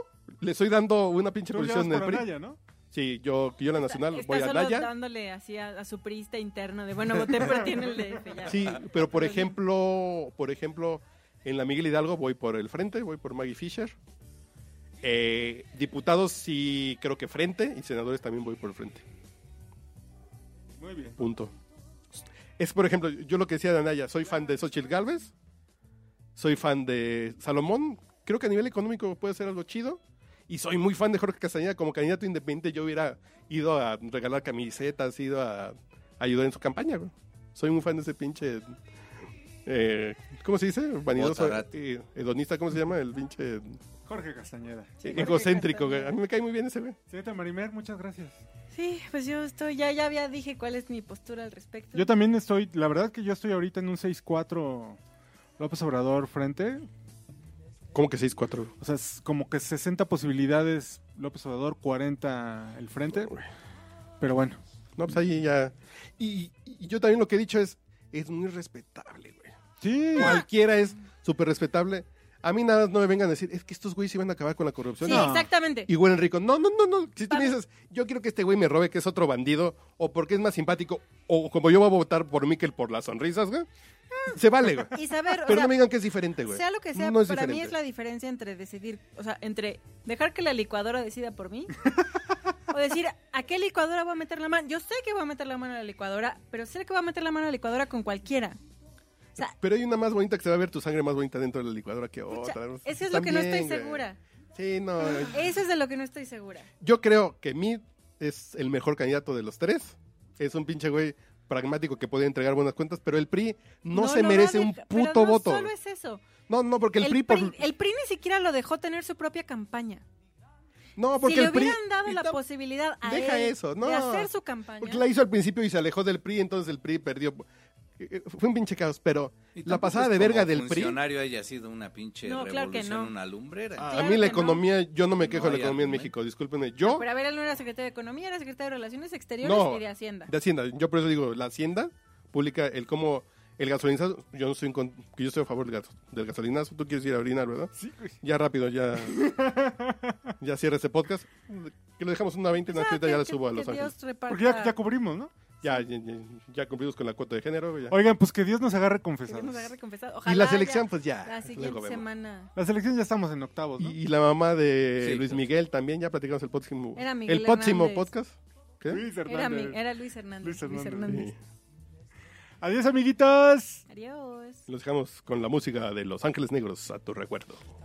le estoy dando una pinche Tú le posición en vas el por PRI. Anaya, ¿no? Sí, yo, yo la nacional, Está voy a solo Naya. dándole así a, a su priista interno de, bueno, voté por ti en el DF. ya. [LAUGHS] Sí, pero por ejemplo, por ejemplo, en la Miguel Hidalgo voy por el Frente, voy por Maggie Fisher. Eh, diputados sí creo que Frente y senadores también voy por el Frente. Muy bien. Punto. Es, por ejemplo, yo lo que decía de Anaya, soy fan de Xochitl Galvez, soy fan de Salomón, creo que a nivel económico puede ser algo chido, y soy muy fan de Jorge Castañeda. Como candidato independiente yo hubiera ido a regalar camisetas, ido a ayudar en su campaña, güey. Soy muy fan de ese pinche... eh, ¿Cómo se dice? Vanidoso, Botarate. eh, hedonista, ¿cómo se llama? El pinche eh, Jorge Castañeda. Jorge egocéntrico, güey. Castañeda. A mí me cae muy bien ese, güey. Señorita Marimer, muchas gracias. Sí, pues yo estoy, ya, ya había dije cuál es mi postura al respecto. Yo también estoy, la verdad que yo estoy ahorita en un 6-4 López Obrador frente. ¿Cómo que 6-4? O sea, es como que 60 posibilidades López Obrador, 40 el frente. Pero bueno, No, pues ahí ya... Y, y yo también lo que he dicho es, es muy respetable, güey. sí. Cualquiera es súper respetable. A mí nada más no me vengan a decir, es que estos güeyes iban a acabar con la corrupción. Sí, No. exactamente. Y güey Enrico, no, no, no, no. Si tú me dices, yo quiero que este güey me robe, que es otro bandido, o porque es más simpático, o como yo voy a votar por Miquel por las sonrisas, güey. Se vale, güey. Ah. [LAUGHS] Y saber, o Pero sea, no me digan que es diferente, güey. Sea lo que sea, No es para mí es diferente. la diferencia entre decidir, o sea, entre dejar que la licuadora decida por [LAUGHS] mí o decir, ¿a qué licuadora voy a meter la mano? Yo sé que voy a meter la mano a la licuadora, pero sé que voy a meter la mano a la licuadora con cualquiera. Pero hay una más bonita que se va a ver tu sangre más bonita dentro de la licuadora que O sea, otra. eso es lo Están que no bien, estoy güey. segura. Sí, no. [LAUGHS] Eso es de lo que no estoy segura. Yo creo que Mid es el mejor candidato de los tres. Es un pinche güey pragmático que puede entregar buenas cuentas, pero el PRI no, se lo merece va a un dejar- pero puto no voto. Solo es eso. No, no, porque el, PRI, por- el eh, PRI ni siquiera lo dejó tener su propia campaña. No, porque si le el PRI... hubieran dado la posibilidad a Deja él eso, no. de hacer su campaña. Porque la hizo al principio y se alejó del PRI, entonces el PRI perdió. Eh, eh, Fue un pinche caos, pero Y la tampoco pasada es de como verga del PRI. funcionario haya sido una pinche No, claro que revolución, no. una lumbrera. A mí la economía, yo no me quejo No de hay la economía argumento. en México, discúlpenme. Yo, Pero a ver, él no era secretario de Economía, era secretario de Relaciones Exteriores No, y de Hacienda. de Hacienda, yo por eso digo, la Hacienda pública, el cómo el gasolinazo, yo no soy en con- que yo estoy a favor del, gas- del gasolinazo, tú quieres ir a orinar, ¿verdad? Sí, Ya rápido, [LAUGHS] ya, ya cierra este podcast, que lo dejamos una 20, una Ah, 30, que- ya la que- subo a que Los Ángeles. Dios reparta- Porque ya, ya cubrimos, ¿no? Ya, ya, ya, ya cumplimos con la cuota de género. ya. Oigan, pues que Dios nos agarre que confesados. nos agarre confesado. y Ojalá la selección, ya pues ya. La luego siguiente vemos. semana. La selección ya estamos en octavos, ¿no? Y la mamá de Sí, Luis claro. Miguel también, ya platicamos el próximo. Era Miguel el próximo Hernández. podcast. ¿Qué? Era, mi- era Luis Hernández. Luis Luis Hernández. Hernández. Adiós, amiguitos. Adiós. Los dejamos con la música de Los Ángeles Negros a tu recuerdo.